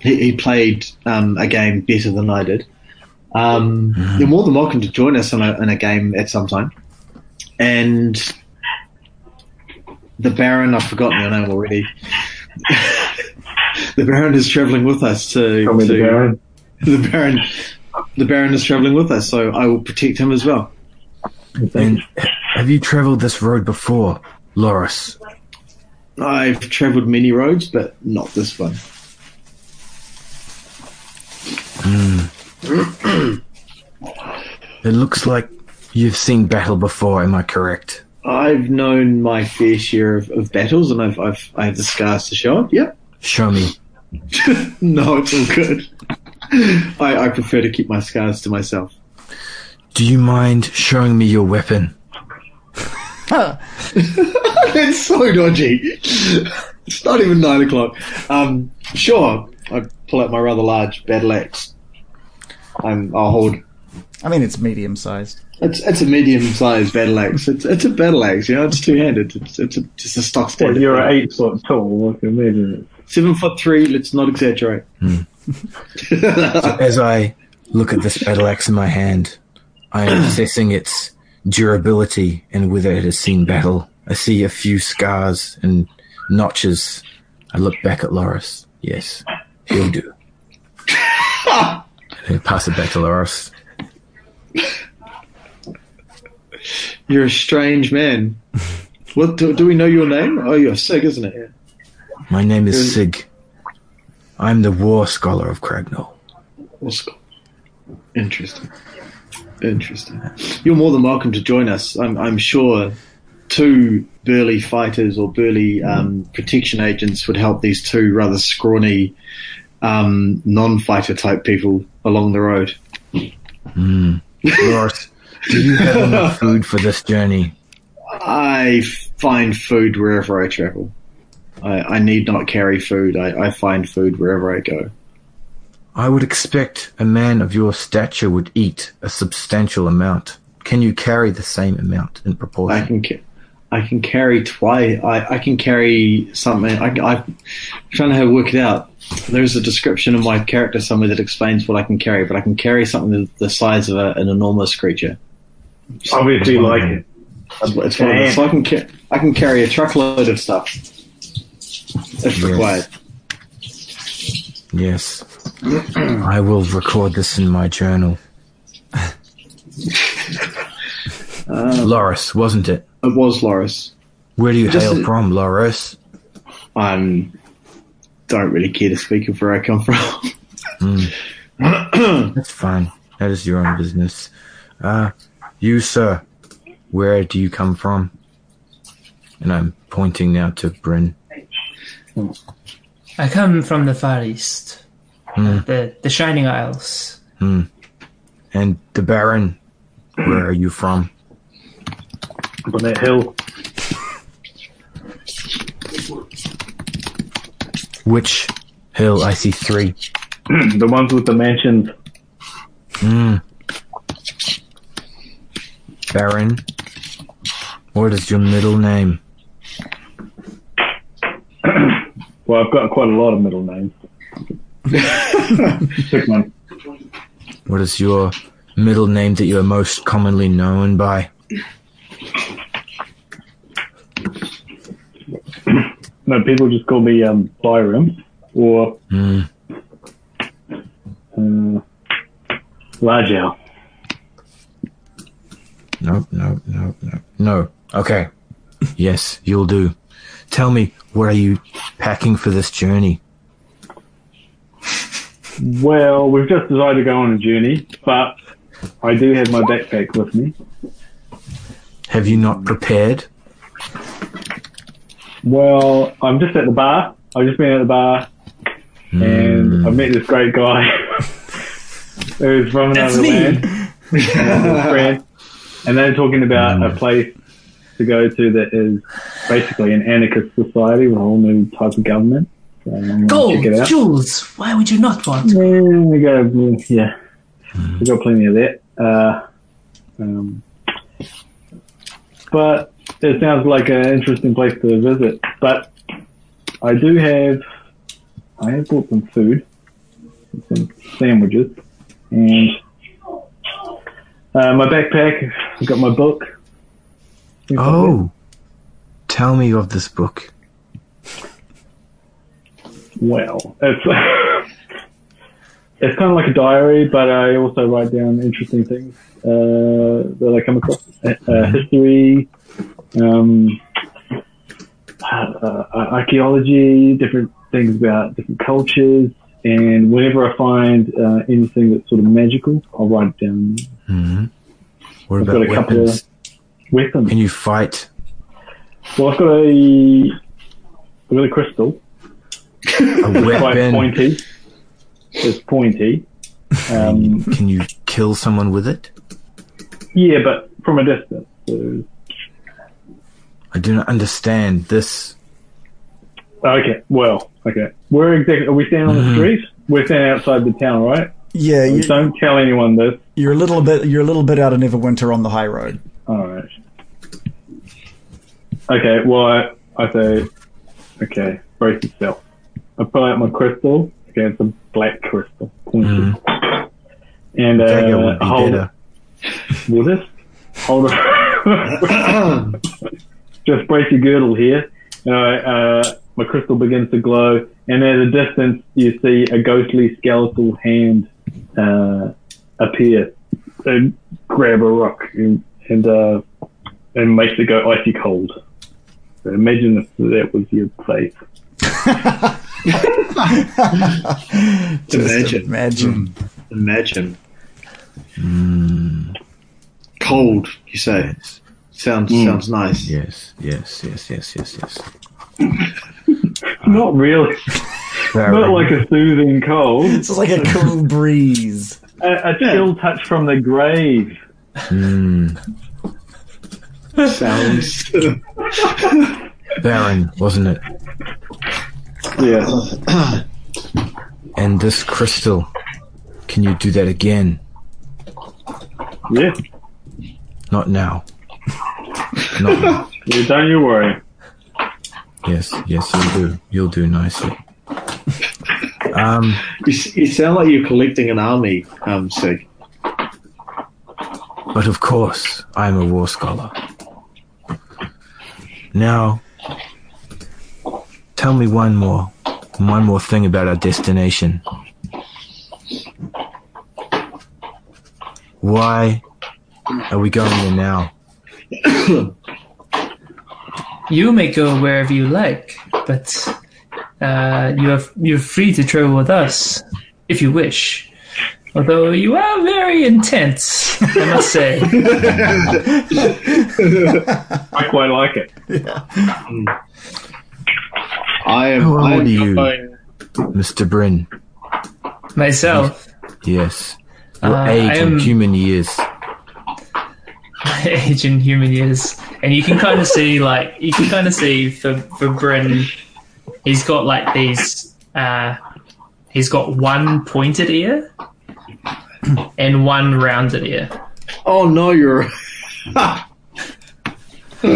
Speaker 5: He, he played um, a game better than I did. Um, You're more than welcome to join us in a, in a game at some time. And the Baron, I've forgotten your name already. the Baron is travelling with us to.
Speaker 7: Tell me the
Speaker 5: to-
Speaker 7: Baron.
Speaker 5: the Baron. The Baron is travelling with us, so I will protect him as well.
Speaker 6: And have you travelled this road before, Loris?
Speaker 5: I've travelled many roads, but not this one.
Speaker 6: It looks like you've seen battle before. Am I correct?
Speaker 5: I've known my fair share of, of battles, and I've, I've I have the scars to show it. Yep.
Speaker 6: Show me.
Speaker 5: No, it's all good. I, I prefer to keep my scars to myself.
Speaker 6: Do you mind showing me your weapon?
Speaker 5: It's so dodgy. It's not even nine o'clock. Um, sure. I pull out my rather large battle axe. I'm, I'll hold.
Speaker 2: I mean, it's medium sized.
Speaker 5: It's it's a medium sized battle axe. It's it's a battle axe. You know, it's two handed. It's it's a, just a stock
Speaker 7: Well,
Speaker 5: standard.
Speaker 7: you're
Speaker 5: thing.
Speaker 7: eight foot tall. I can imagine
Speaker 5: Seven foot three. Let's not exaggerate.
Speaker 6: As I look at this battle axe in my hand, I am assessing its durability and whether it has seen battle. I see a few scars and notches. I look back at Loris. Yes, he'll do. and I pass it back to Loris.
Speaker 5: You're a strange man. What do, do we know your name? Oh, you're sick, isn't it?
Speaker 6: My name is Sig. I'm the war scholar of Cragnall.
Speaker 5: What's- Interesting. Interesting. You're more than welcome to join us. I'm, I'm sure two burly fighters or burly um, protection agents would help these two rather scrawny um, non-fighter type people along the road.
Speaker 6: Loris, do you have enough food for this journey?
Speaker 5: I find food wherever I travel. I, I need not carry food. I, I find food wherever I go.
Speaker 6: I would expect a man of your stature would eat a substantial amount. Can you carry the same amount in
Speaker 5: I
Speaker 6: proportion?
Speaker 5: can, ca- I can carry twice. I, I can carry something. I, I, am trying to work it out. There's a description of my character somewhere that explains what I can carry, but I can carry something the size of a, an enormous creature.
Speaker 7: it. Obviously, like it.
Speaker 5: It's, it's one of those. so I can, ca- I can carry a truckload of stuff if required.
Speaker 6: Yes. I will record this in my journal. Loris, wasn't it?
Speaker 5: It was Loris.
Speaker 6: Where do you
Speaker 5: Just
Speaker 6: hail
Speaker 5: a-
Speaker 6: from, Loris?
Speaker 5: I um, don't really care to speak of where I come from.
Speaker 6: That's fine. That is your own business. Uh, you, sir, where do you come from? And I'm pointing now to Bryn.
Speaker 3: I come from the Far East,
Speaker 6: Hmm.
Speaker 3: the the Shining Isles.
Speaker 6: And the Baron, where are you from?
Speaker 7: Up on that hill.
Speaker 6: Which hill? I see three.
Speaker 7: the ones with the mansions.
Speaker 6: Hmm. Baron. What is your middle name?
Speaker 7: Well, I've got quite a lot of middle names. Pick one.
Speaker 6: What is your middle name that you are most commonly known by?
Speaker 7: No, people just call me um, Byram or
Speaker 6: Hmm.
Speaker 7: uh, Large Owl.
Speaker 6: Nope, nope, nope, nope. No. Okay. Yes, you'll do. Tell me, what are you packing for this journey?
Speaker 7: Well, we've just decided to go on a journey, but I do have my backpack with me.
Speaker 6: Have you not prepared?
Speaker 7: Well, I'm just at the bar. I've just been at the bar and
Speaker 3: Hmm.
Speaker 7: I met this great guy who's from
Speaker 3: That's
Speaker 7: another
Speaker 3: me.
Speaker 7: land. And I was his friend. And they're talking about
Speaker 3: Hmm.
Speaker 7: a place to go to that is basically an anarchist society with a whole new type of government. So I'm gonna
Speaker 3: Gold,
Speaker 7: check it out.
Speaker 3: jewels. Why would you not want?
Speaker 7: Yeah, Mm, we got yeah, we got plenty of that. Uh, um, but it sounds like an interesting place to visit. But I do have, I have bought some food, some sandwiches, and uh, my backpack. I've got my book.
Speaker 6: Oh. Tell me of this book.
Speaker 7: Well, it's it's kind of like a diary, but I also write down interesting things uh, that I come across. Uh, uh,
Speaker 6: Mm-hmm.
Speaker 7: history, um, uh, archaeology, different things about different cultures, and whenever I find uh, anything that's sort of magical, I'll write it down.
Speaker 6: hmm What
Speaker 7: I've got
Speaker 6: about
Speaker 7: a couple
Speaker 6: weapons?
Speaker 7: Weapons.
Speaker 6: Can you fight?
Speaker 7: Well, I've got a I've got a crystal.
Speaker 6: A
Speaker 7: Quite
Speaker 6: weapon?
Speaker 7: pointy. It's pointy. Um,
Speaker 6: Can you kill someone with it?
Speaker 7: Yeah, but from a distance. So.
Speaker 6: I do not understand this.
Speaker 7: Okay, well, okay. Where exactly are we standing on the
Speaker 6: Mhm.
Speaker 7: street? We're standing outside the town, right?
Speaker 2: Yeah,
Speaker 7: We
Speaker 2: you,
Speaker 7: Don't tell anyone this.
Speaker 2: you're a little bit you're a little bit out of Neverwinter on the high road.
Speaker 7: All right. Okay. Well, I, I say, okay, brace yourself. I pull out my crystal. Okay, it's a black crystal, pointed.
Speaker 6: Mhm.
Speaker 7: and uh,
Speaker 6: Dagger would be
Speaker 7: Mm. hold
Speaker 6: better.
Speaker 7: Will this? Hold on. Just brace your girdle here. And I, uh, my crystal begins to glow, and at a distance, you see a ghostly skeletal hand uh, appear and grab a rock and and, uh, and makes it go icy cold. So imagine if that was your face.
Speaker 2: Just
Speaker 5: Imagine.
Speaker 2: imagine.
Speaker 5: Imagine. Cold, you say. Sounds
Speaker 6: Hmm.
Speaker 5: sounds nice.
Speaker 6: Yes, yes, yes, yes, yes, yes.
Speaker 7: Not really. Not
Speaker 6: Baron,
Speaker 7: like a soothing cold.
Speaker 2: It's just like a cool breeze.
Speaker 7: A, a chill touch from the grave.
Speaker 6: mm,
Speaker 5: Sounds.
Speaker 6: Baron, wasn't it?
Speaker 7: Yeah.
Speaker 6: And this crystal. Can you do that again?
Speaker 7: Yeah.
Speaker 6: Not now. Not now.
Speaker 7: yeah don't you worry.
Speaker 6: Yes, yes, you'll do. You'll do nicely. Um,
Speaker 5: you, s- you sound like you're collecting an army, um, Sig.
Speaker 6: but of course, I'm a war scholar. Now, tell me one more, one more thing about our destination. Why are we going there now?
Speaker 3: You may go wherever you like, but uh, you are you're free to travel with us if you wish. Although you are very intense, I must say.
Speaker 7: I quite like it.
Speaker 5: I am.
Speaker 6: How
Speaker 5: I am
Speaker 6: old are you,
Speaker 5: going-
Speaker 6: Mr. Bryn?
Speaker 3: Myself,
Speaker 6: Yes. Your
Speaker 3: Uh,
Speaker 6: age
Speaker 3: I
Speaker 6: in
Speaker 3: am-
Speaker 6: human years.
Speaker 3: my age in human years, and you can kind of see like you can kind of see for for Bryn, he's got like these Uh, he's got one pointed ear and one rounded ear.
Speaker 5: Oh no, you're.
Speaker 3: Uh,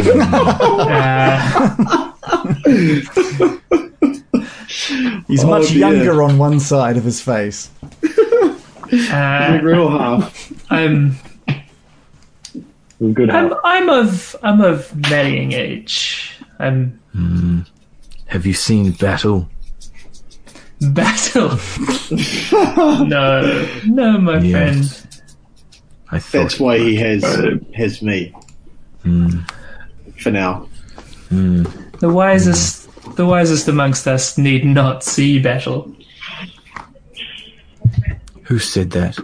Speaker 2: He's
Speaker 5: Oh,
Speaker 2: much
Speaker 5: dear.
Speaker 2: younger on one side of his face.
Speaker 3: uh,
Speaker 5: real half.
Speaker 3: I'm
Speaker 7: It was good.
Speaker 3: I'm
Speaker 7: help.
Speaker 3: I'm of I'm of marrying age. I'm
Speaker 6: Have you seen battle?
Speaker 3: battle. no, no, my
Speaker 6: Yes.
Speaker 3: friend.
Speaker 6: I thought
Speaker 5: That's why he has has me.
Speaker 6: Hmm.
Speaker 5: For now.
Speaker 3: The wisest, the wisest amongst us need not see battle.
Speaker 6: Who said that?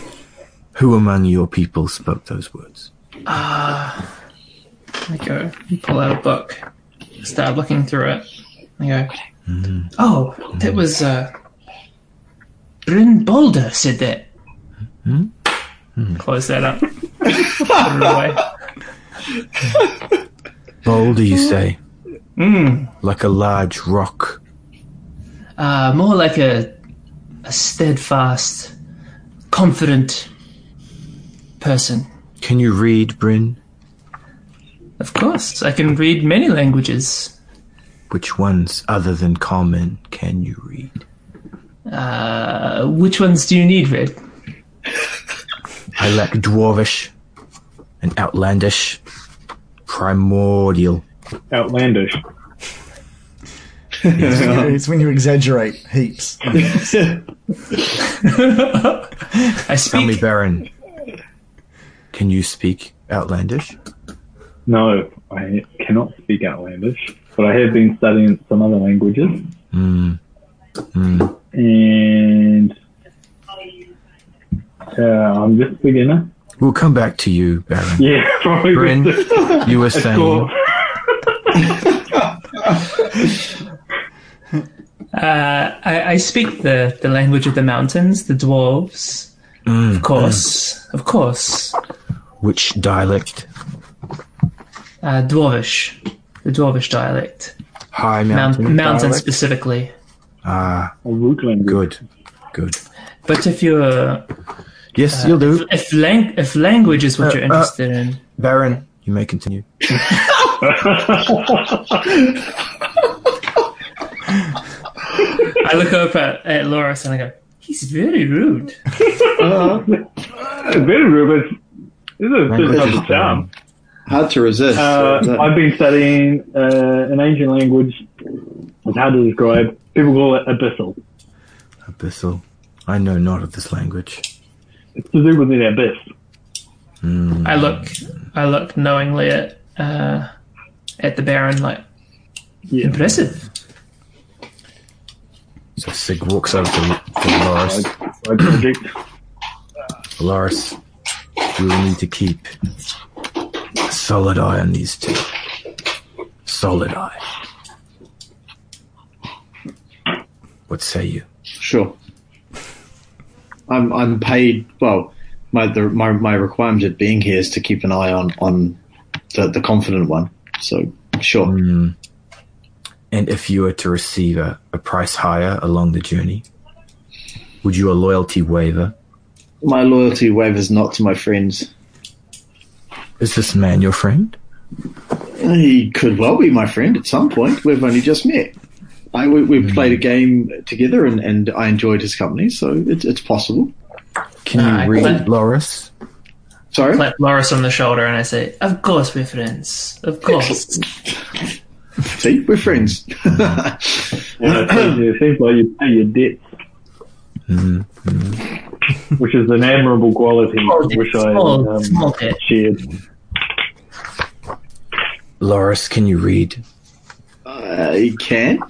Speaker 6: Who among your people spoke those words?
Speaker 3: I go pull out a book, start looking through it. I go, oh, that was uh, Bryn Boulder said that. Close that up. Put it away.
Speaker 6: Boulder,
Speaker 3: Uh,
Speaker 6: you say,
Speaker 3: Mm.
Speaker 6: like a large rock.
Speaker 3: Uh, more like a, a steadfast, confident person.
Speaker 6: Can you read, Bryn?
Speaker 3: Of course, I can read many languages.
Speaker 6: Which ones other than common can you read?
Speaker 3: Uh, which ones do you need, Red?
Speaker 6: I lack dwarvish and outlandish, primordial.
Speaker 7: Outlandish.
Speaker 2: It's when you exaggerate heaps.
Speaker 3: I
Speaker 6: Tell me,
Speaker 3: speak.
Speaker 6: Baron, can you speak outlandish?
Speaker 7: No, I cannot speak Outlandish, but I have been studying some other languages.
Speaker 6: Hmm.
Speaker 7: And uh, I'm just a beginner.
Speaker 6: We'll come back to you, Baron.
Speaker 7: Yeah, probably.
Speaker 6: Bryn, you were saying.
Speaker 7: Cool.
Speaker 3: Uh, I, I speak the, the language of the mountains, the dwarves. of course, of course.
Speaker 6: Which dialect?
Speaker 3: Uh, dwarvish, the dwarvish dialect,
Speaker 6: High
Speaker 3: Mount,
Speaker 6: mountain.
Speaker 3: mountain
Speaker 6: dialect?
Speaker 3: specifically.
Speaker 6: Ah,
Speaker 7: A root language.
Speaker 6: good, good.
Speaker 3: But if you're Uh,
Speaker 6: Yes, you'll do,
Speaker 3: if lang- if language is what
Speaker 6: Uh,
Speaker 3: you're
Speaker 6: uh,
Speaker 3: interested in,
Speaker 6: Baron. You may continue.
Speaker 3: I look over at, at Loris and I go, "He's very rude."
Speaker 7: Uh, Very rude, but this is
Speaker 6: Language
Speaker 7: this
Speaker 6: is
Speaker 7: is charm.
Speaker 5: Hard to resist.
Speaker 7: Uh, I've been studying uh, an ancient language. It's hard to describe. People call it abyssal.
Speaker 6: abyssal. I know not of this language. Hmm.
Speaker 7: It's to do with the abyss.
Speaker 3: I look, I look knowingly at uh, at the Baron, like
Speaker 7: Yeah.
Speaker 3: impressive.
Speaker 6: So Sig walks over to, to Loris.
Speaker 7: My project.
Speaker 6: Loris, we will need to keep a solid eye on these two. Solid eye. What say you?
Speaker 5: Sure. I'm I'm paid well. My the, my my requirement of being here is to keep an eye on on the, the confident one. So sure.
Speaker 6: Hmm. And if you were to receive a, a price higher along the journey, would you a loyalty waiver?
Speaker 5: My loyalty wavers not to my friends.
Speaker 6: Is this man your friend?
Speaker 5: He could well be my friend at some point. We've only just met. I we, we played a game together and, and I enjoyed his company. So it's it's possible.
Speaker 6: Can you
Speaker 3: Uh,
Speaker 6: read
Speaker 3: but-
Speaker 6: Loris?
Speaker 5: Sorry.
Speaker 3: clap Loris on the shoulder and I say, "Of course we're friends. Of course."
Speaker 5: See, we're friends.
Speaker 7: Yeah, it seems- uh, it seems like you pay your debts.
Speaker 6: Hmm.
Speaker 7: Which is an admirable quality, which
Speaker 3: Oh,
Speaker 7: I
Speaker 3: Small-
Speaker 7: um,
Speaker 3: small bit.
Speaker 7: shared.
Speaker 6: Loris, can you read
Speaker 5: I Uh, can.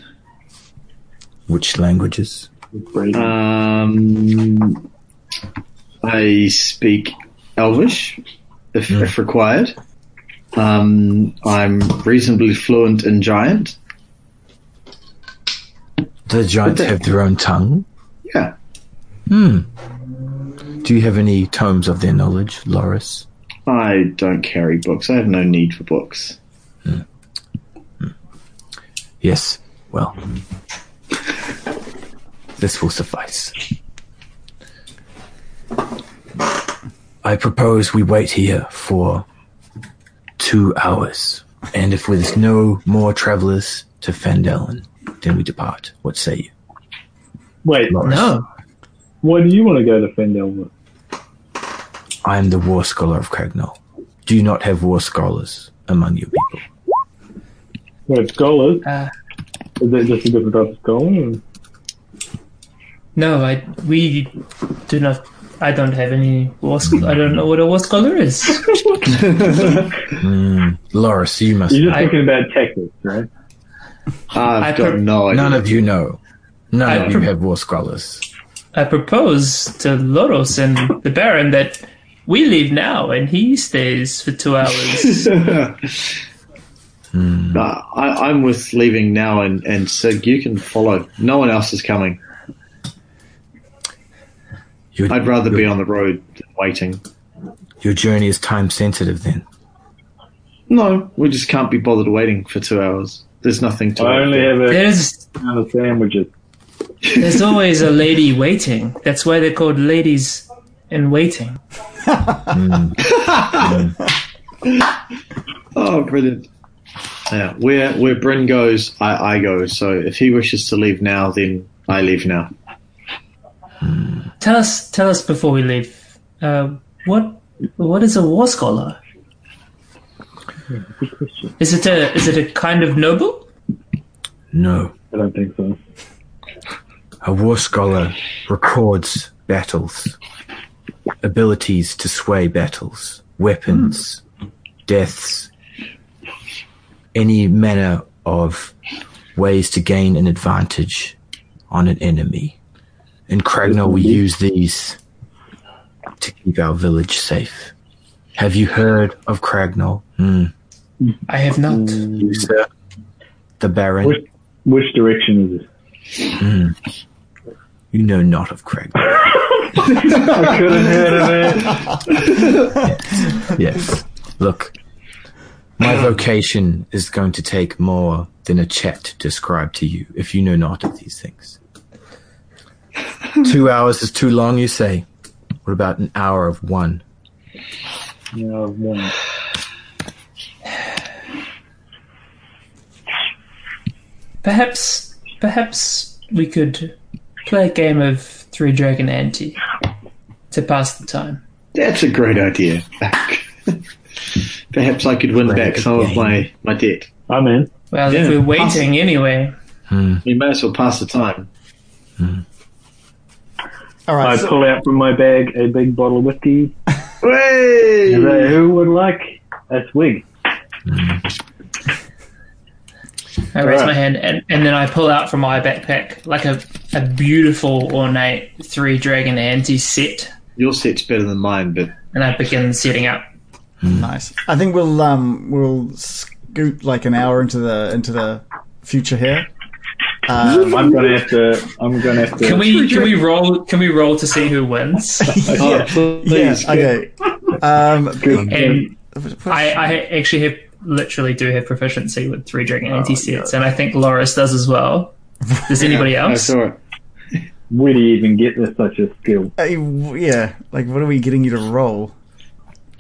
Speaker 6: which languages?
Speaker 5: Um, I speak Elvish, if,
Speaker 3: Hmm.
Speaker 5: if required. Um, I'm reasonably fluent in Giant.
Speaker 6: Do the
Speaker 5: But
Speaker 6: giants
Speaker 5: they-
Speaker 6: have their own tongue?
Speaker 5: Yeah,
Speaker 6: Do you have any tomes of their knowledge, Loris?
Speaker 5: I don't carry books. I have no need for books.
Speaker 6: Yes. Well, This will suffice. I propose we wait here for two hours, and if there's no more travelers to Fandelen, then we depart. What say you?
Speaker 7: Wait,
Speaker 6: Loris?
Speaker 3: No.
Speaker 7: why do you want to go to Fendel with?
Speaker 6: I am the war scholar of Cragnol. Do you not have war scholars among your people?
Speaker 7: Wait, scholars?
Speaker 3: Uh,
Speaker 7: Is that just a different type of scholar? or-
Speaker 3: No, I we do not. I don't have any war school. I don't know what a war scholar is.
Speaker 6: Mm. Loris, you must.
Speaker 7: You're just
Speaker 3: I-
Speaker 7: thinking about tactics, right?
Speaker 5: I've
Speaker 3: I
Speaker 5: got
Speaker 3: pre-
Speaker 5: no idea.
Speaker 6: None of you know. None
Speaker 3: I-
Speaker 6: of you have war scholars.
Speaker 3: I propose to Loros and the Baron that we leave now and he stays for two hours.
Speaker 5: Nah, I, I'm with leaving now, and, and Sig, you can follow. No one else is coming.
Speaker 6: Your,
Speaker 5: I'd rather be on the road than waiting.
Speaker 6: your journey is time sensitive. Then
Speaker 5: No, we just can't be bothered waiting for two hours. There's nothing to.
Speaker 7: I
Speaker 5: wait
Speaker 7: only
Speaker 5: for.
Speaker 7: have a
Speaker 3: There's
Speaker 7: can of sandwiches.
Speaker 3: there's always a lady waiting. That's why they're called ladies in waiting.
Speaker 5: Oh, brilliant. Yeah, where where Bryn goes, I, I go. So if he wishes to leave now, then I leave now.
Speaker 3: Tell us tell us before we leave. Uh, what what is a war scholar? Is it a is it a kind of noble?
Speaker 6: no,
Speaker 7: I don't think so.
Speaker 6: a war scholar records battles, abilities to sway battles, weapons, deaths, any manner of ways to gain an advantage on an enemy. In Cragnell, we use these to keep our village safe. Have you heard of Cragnell? Hmm.
Speaker 3: I have not.
Speaker 6: You, sir? The Baron.
Speaker 7: Which, which direction is it?
Speaker 6: You know not of Craig.
Speaker 7: I could have heard of it.
Speaker 6: yes. Look, my vocation is going to take more than a chat to describe to you if you know not of these things. Two hours is too long, you say. What about an hour of one?
Speaker 7: No, I've won.
Speaker 3: Perhaps, perhaps we could play a game of Three Dragon Ante to pass the time.
Speaker 5: That's a great idea. Perhaps I could win back some of my, my debt.
Speaker 7: I'm in.
Speaker 3: Well, if
Speaker 5: Yeah,
Speaker 3: we're
Speaker 5: pass-
Speaker 3: waiting anyway,
Speaker 5: We may as well pass the time.
Speaker 2: All right.
Speaker 7: I
Speaker 2: so-
Speaker 7: pull out from my bag a big bottle of whiskey.
Speaker 5: Hey!
Speaker 7: And say, who would like a swig?
Speaker 3: I raise
Speaker 7: Alright.
Speaker 3: my hand and, and then I pull out from my backpack like a, a beautiful ornate Three Dragon Ante set,
Speaker 5: Your set's better than mine, but
Speaker 3: and I begin setting up.
Speaker 2: Nice. I think we'll um we'll scoot like an hour into the into the future here. Um,
Speaker 7: I'm gonna have to. I'm gonna have to.
Speaker 3: Can we can we roll can we roll to see who wins?
Speaker 5: oh,
Speaker 2: yeah. Yeah,
Speaker 5: please,
Speaker 2: okay. Um,
Speaker 7: Good.
Speaker 3: and I, I actually have literally do have proficiency with Three Dragon Ante sets, and I think Loris does as well. Does anybody
Speaker 5: I
Speaker 3: else?
Speaker 5: saw it.
Speaker 7: Where do you even get this, such a skill?
Speaker 2: uh, yeah, like what are we getting you to roll?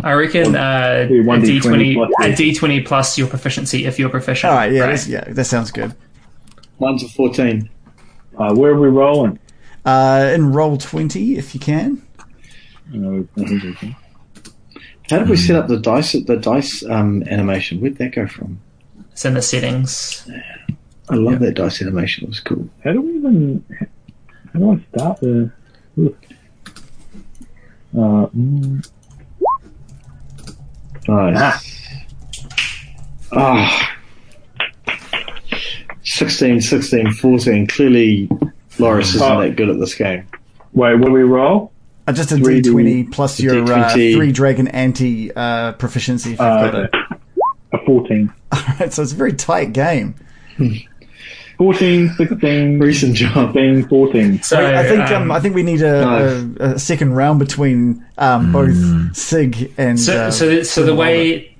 Speaker 3: I reckon uh,
Speaker 7: do
Speaker 3: a d20
Speaker 7: 1d20 plus
Speaker 3: a
Speaker 7: your-
Speaker 3: d20 plus your proficiency if you're proficient.
Speaker 2: All right, Ah, yeah,
Speaker 3: right?
Speaker 2: that's- yeah, that sounds good.
Speaker 5: Mine's a 14.
Speaker 7: Uh, where are we rolling?
Speaker 2: Uh, and roll twenty if you can.
Speaker 7: Uh, I think we can.
Speaker 5: How did we set up the dice the dice um, animation? Where'd that go from?
Speaker 3: It's in the settings.
Speaker 5: I love that dice animation. It was cool.
Speaker 7: How do we even? How do I start the? Uh, mm,
Speaker 5: Nice. Ah. 16, 16, 14. Clearly, Loris isn't
Speaker 7: Oh.
Speaker 5: that good at this game.
Speaker 7: wait, what do we roll?
Speaker 2: Uh, just a
Speaker 7: Three
Speaker 2: D twenty plus your Uh,
Speaker 5: D20.
Speaker 2: three dragon anti uh, proficiency if you've
Speaker 7: Uh,
Speaker 2: got it.
Speaker 7: A 14.
Speaker 2: All right, so it's a very tight game.
Speaker 7: 14, 16,
Speaker 5: Recent job.
Speaker 7: 15, 14.
Speaker 3: So
Speaker 2: I think um, I think we need a,
Speaker 5: no.
Speaker 2: a, a second round between um, both Sig and.
Speaker 3: Hmm. so,
Speaker 2: uh,
Speaker 3: so, the, so the way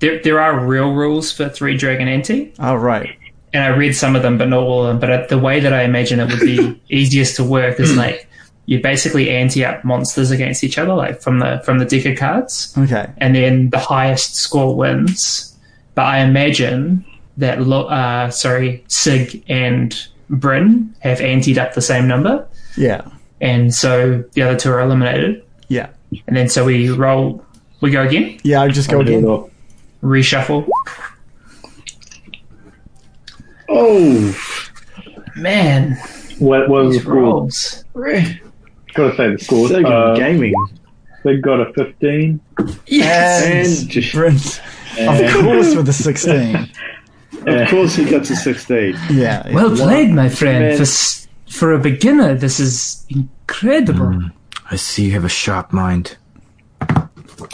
Speaker 3: there, there are real rules for Three Dragon Ante,
Speaker 2: oh right,
Speaker 3: and I read some of them, but not all of them. But uh, the way that I imagine it would be easiest to work
Speaker 2: Hmm.
Speaker 3: is like you basically ante up monsters against each other, like from the from the deck of cards
Speaker 2: Okay.
Speaker 3: and then the highest score wins. But I imagine that Lo- uh, sorry, Sig and Bryn have anteed up the same number,
Speaker 2: Yeah.
Speaker 3: and so the other two are eliminated.
Speaker 2: Yeah.
Speaker 3: And then so we roll, we go again,
Speaker 2: Yeah, I just go again.
Speaker 7: Or-
Speaker 3: reshuffle.
Speaker 5: Oh,
Speaker 3: Man,
Speaker 7: What, what was the
Speaker 3: these
Speaker 7: score?
Speaker 3: rolls.
Speaker 7: Gotta say the score.
Speaker 5: so good
Speaker 7: Uh,
Speaker 5: gaming.
Speaker 7: Sig got a 15.
Speaker 2: And
Speaker 5: And-
Speaker 2: Brent, of
Speaker 7: And,
Speaker 2: course, with the 16.
Speaker 5: Of course, he got to sixteen.
Speaker 2: Yeah.
Speaker 3: Well played, my friend.
Speaker 5: Man.
Speaker 3: For s- for a beginner, this is incredible.
Speaker 2: Mm.
Speaker 6: I see you have a sharp mind.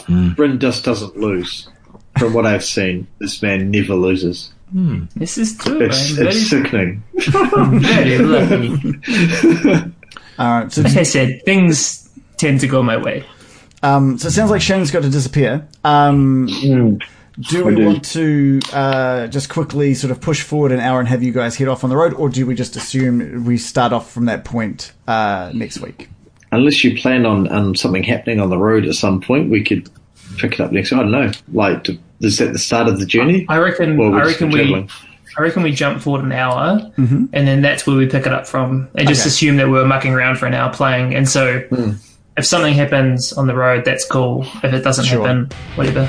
Speaker 5: Bryn just doesn't lose. From what I've seen, this man never loses.
Speaker 3: This is true.
Speaker 5: It's
Speaker 3: I'm
Speaker 5: it's sickening.
Speaker 3: very, very lucky.
Speaker 2: All right. So,
Speaker 3: Like I said, things tend to go my way.
Speaker 2: um, so it sounds like Shane's got to disappear. Um,
Speaker 7: mm,
Speaker 2: do we
Speaker 7: do.
Speaker 2: want to uh, just quickly sort of push forward an hour and have you guys head off on the road, or do we just assume we start off from that point uh, next week?
Speaker 5: Unless you plan on um, something happening on the road at some point, we could pick it up next. I don't know. Like, to, is that the start of the journey?
Speaker 3: I reckon.
Speaker 5: Or we're
Speaker 3: I
Speaker 5: just
Speaker 3: reckon we.
Speaker 5: traveling?
Speaker 3: I reckon we jump forward an hour, and then that's where we pick it up from, and just
Speaker 2: Mm-hmm. Okay. Hmm.
Speaker 3: assume that we're mucking around for an hour playing. And so, if something happens on the road, that's cool. If it doesn't
Speaker 2: Sure.
Speaker 3: happen, whatever.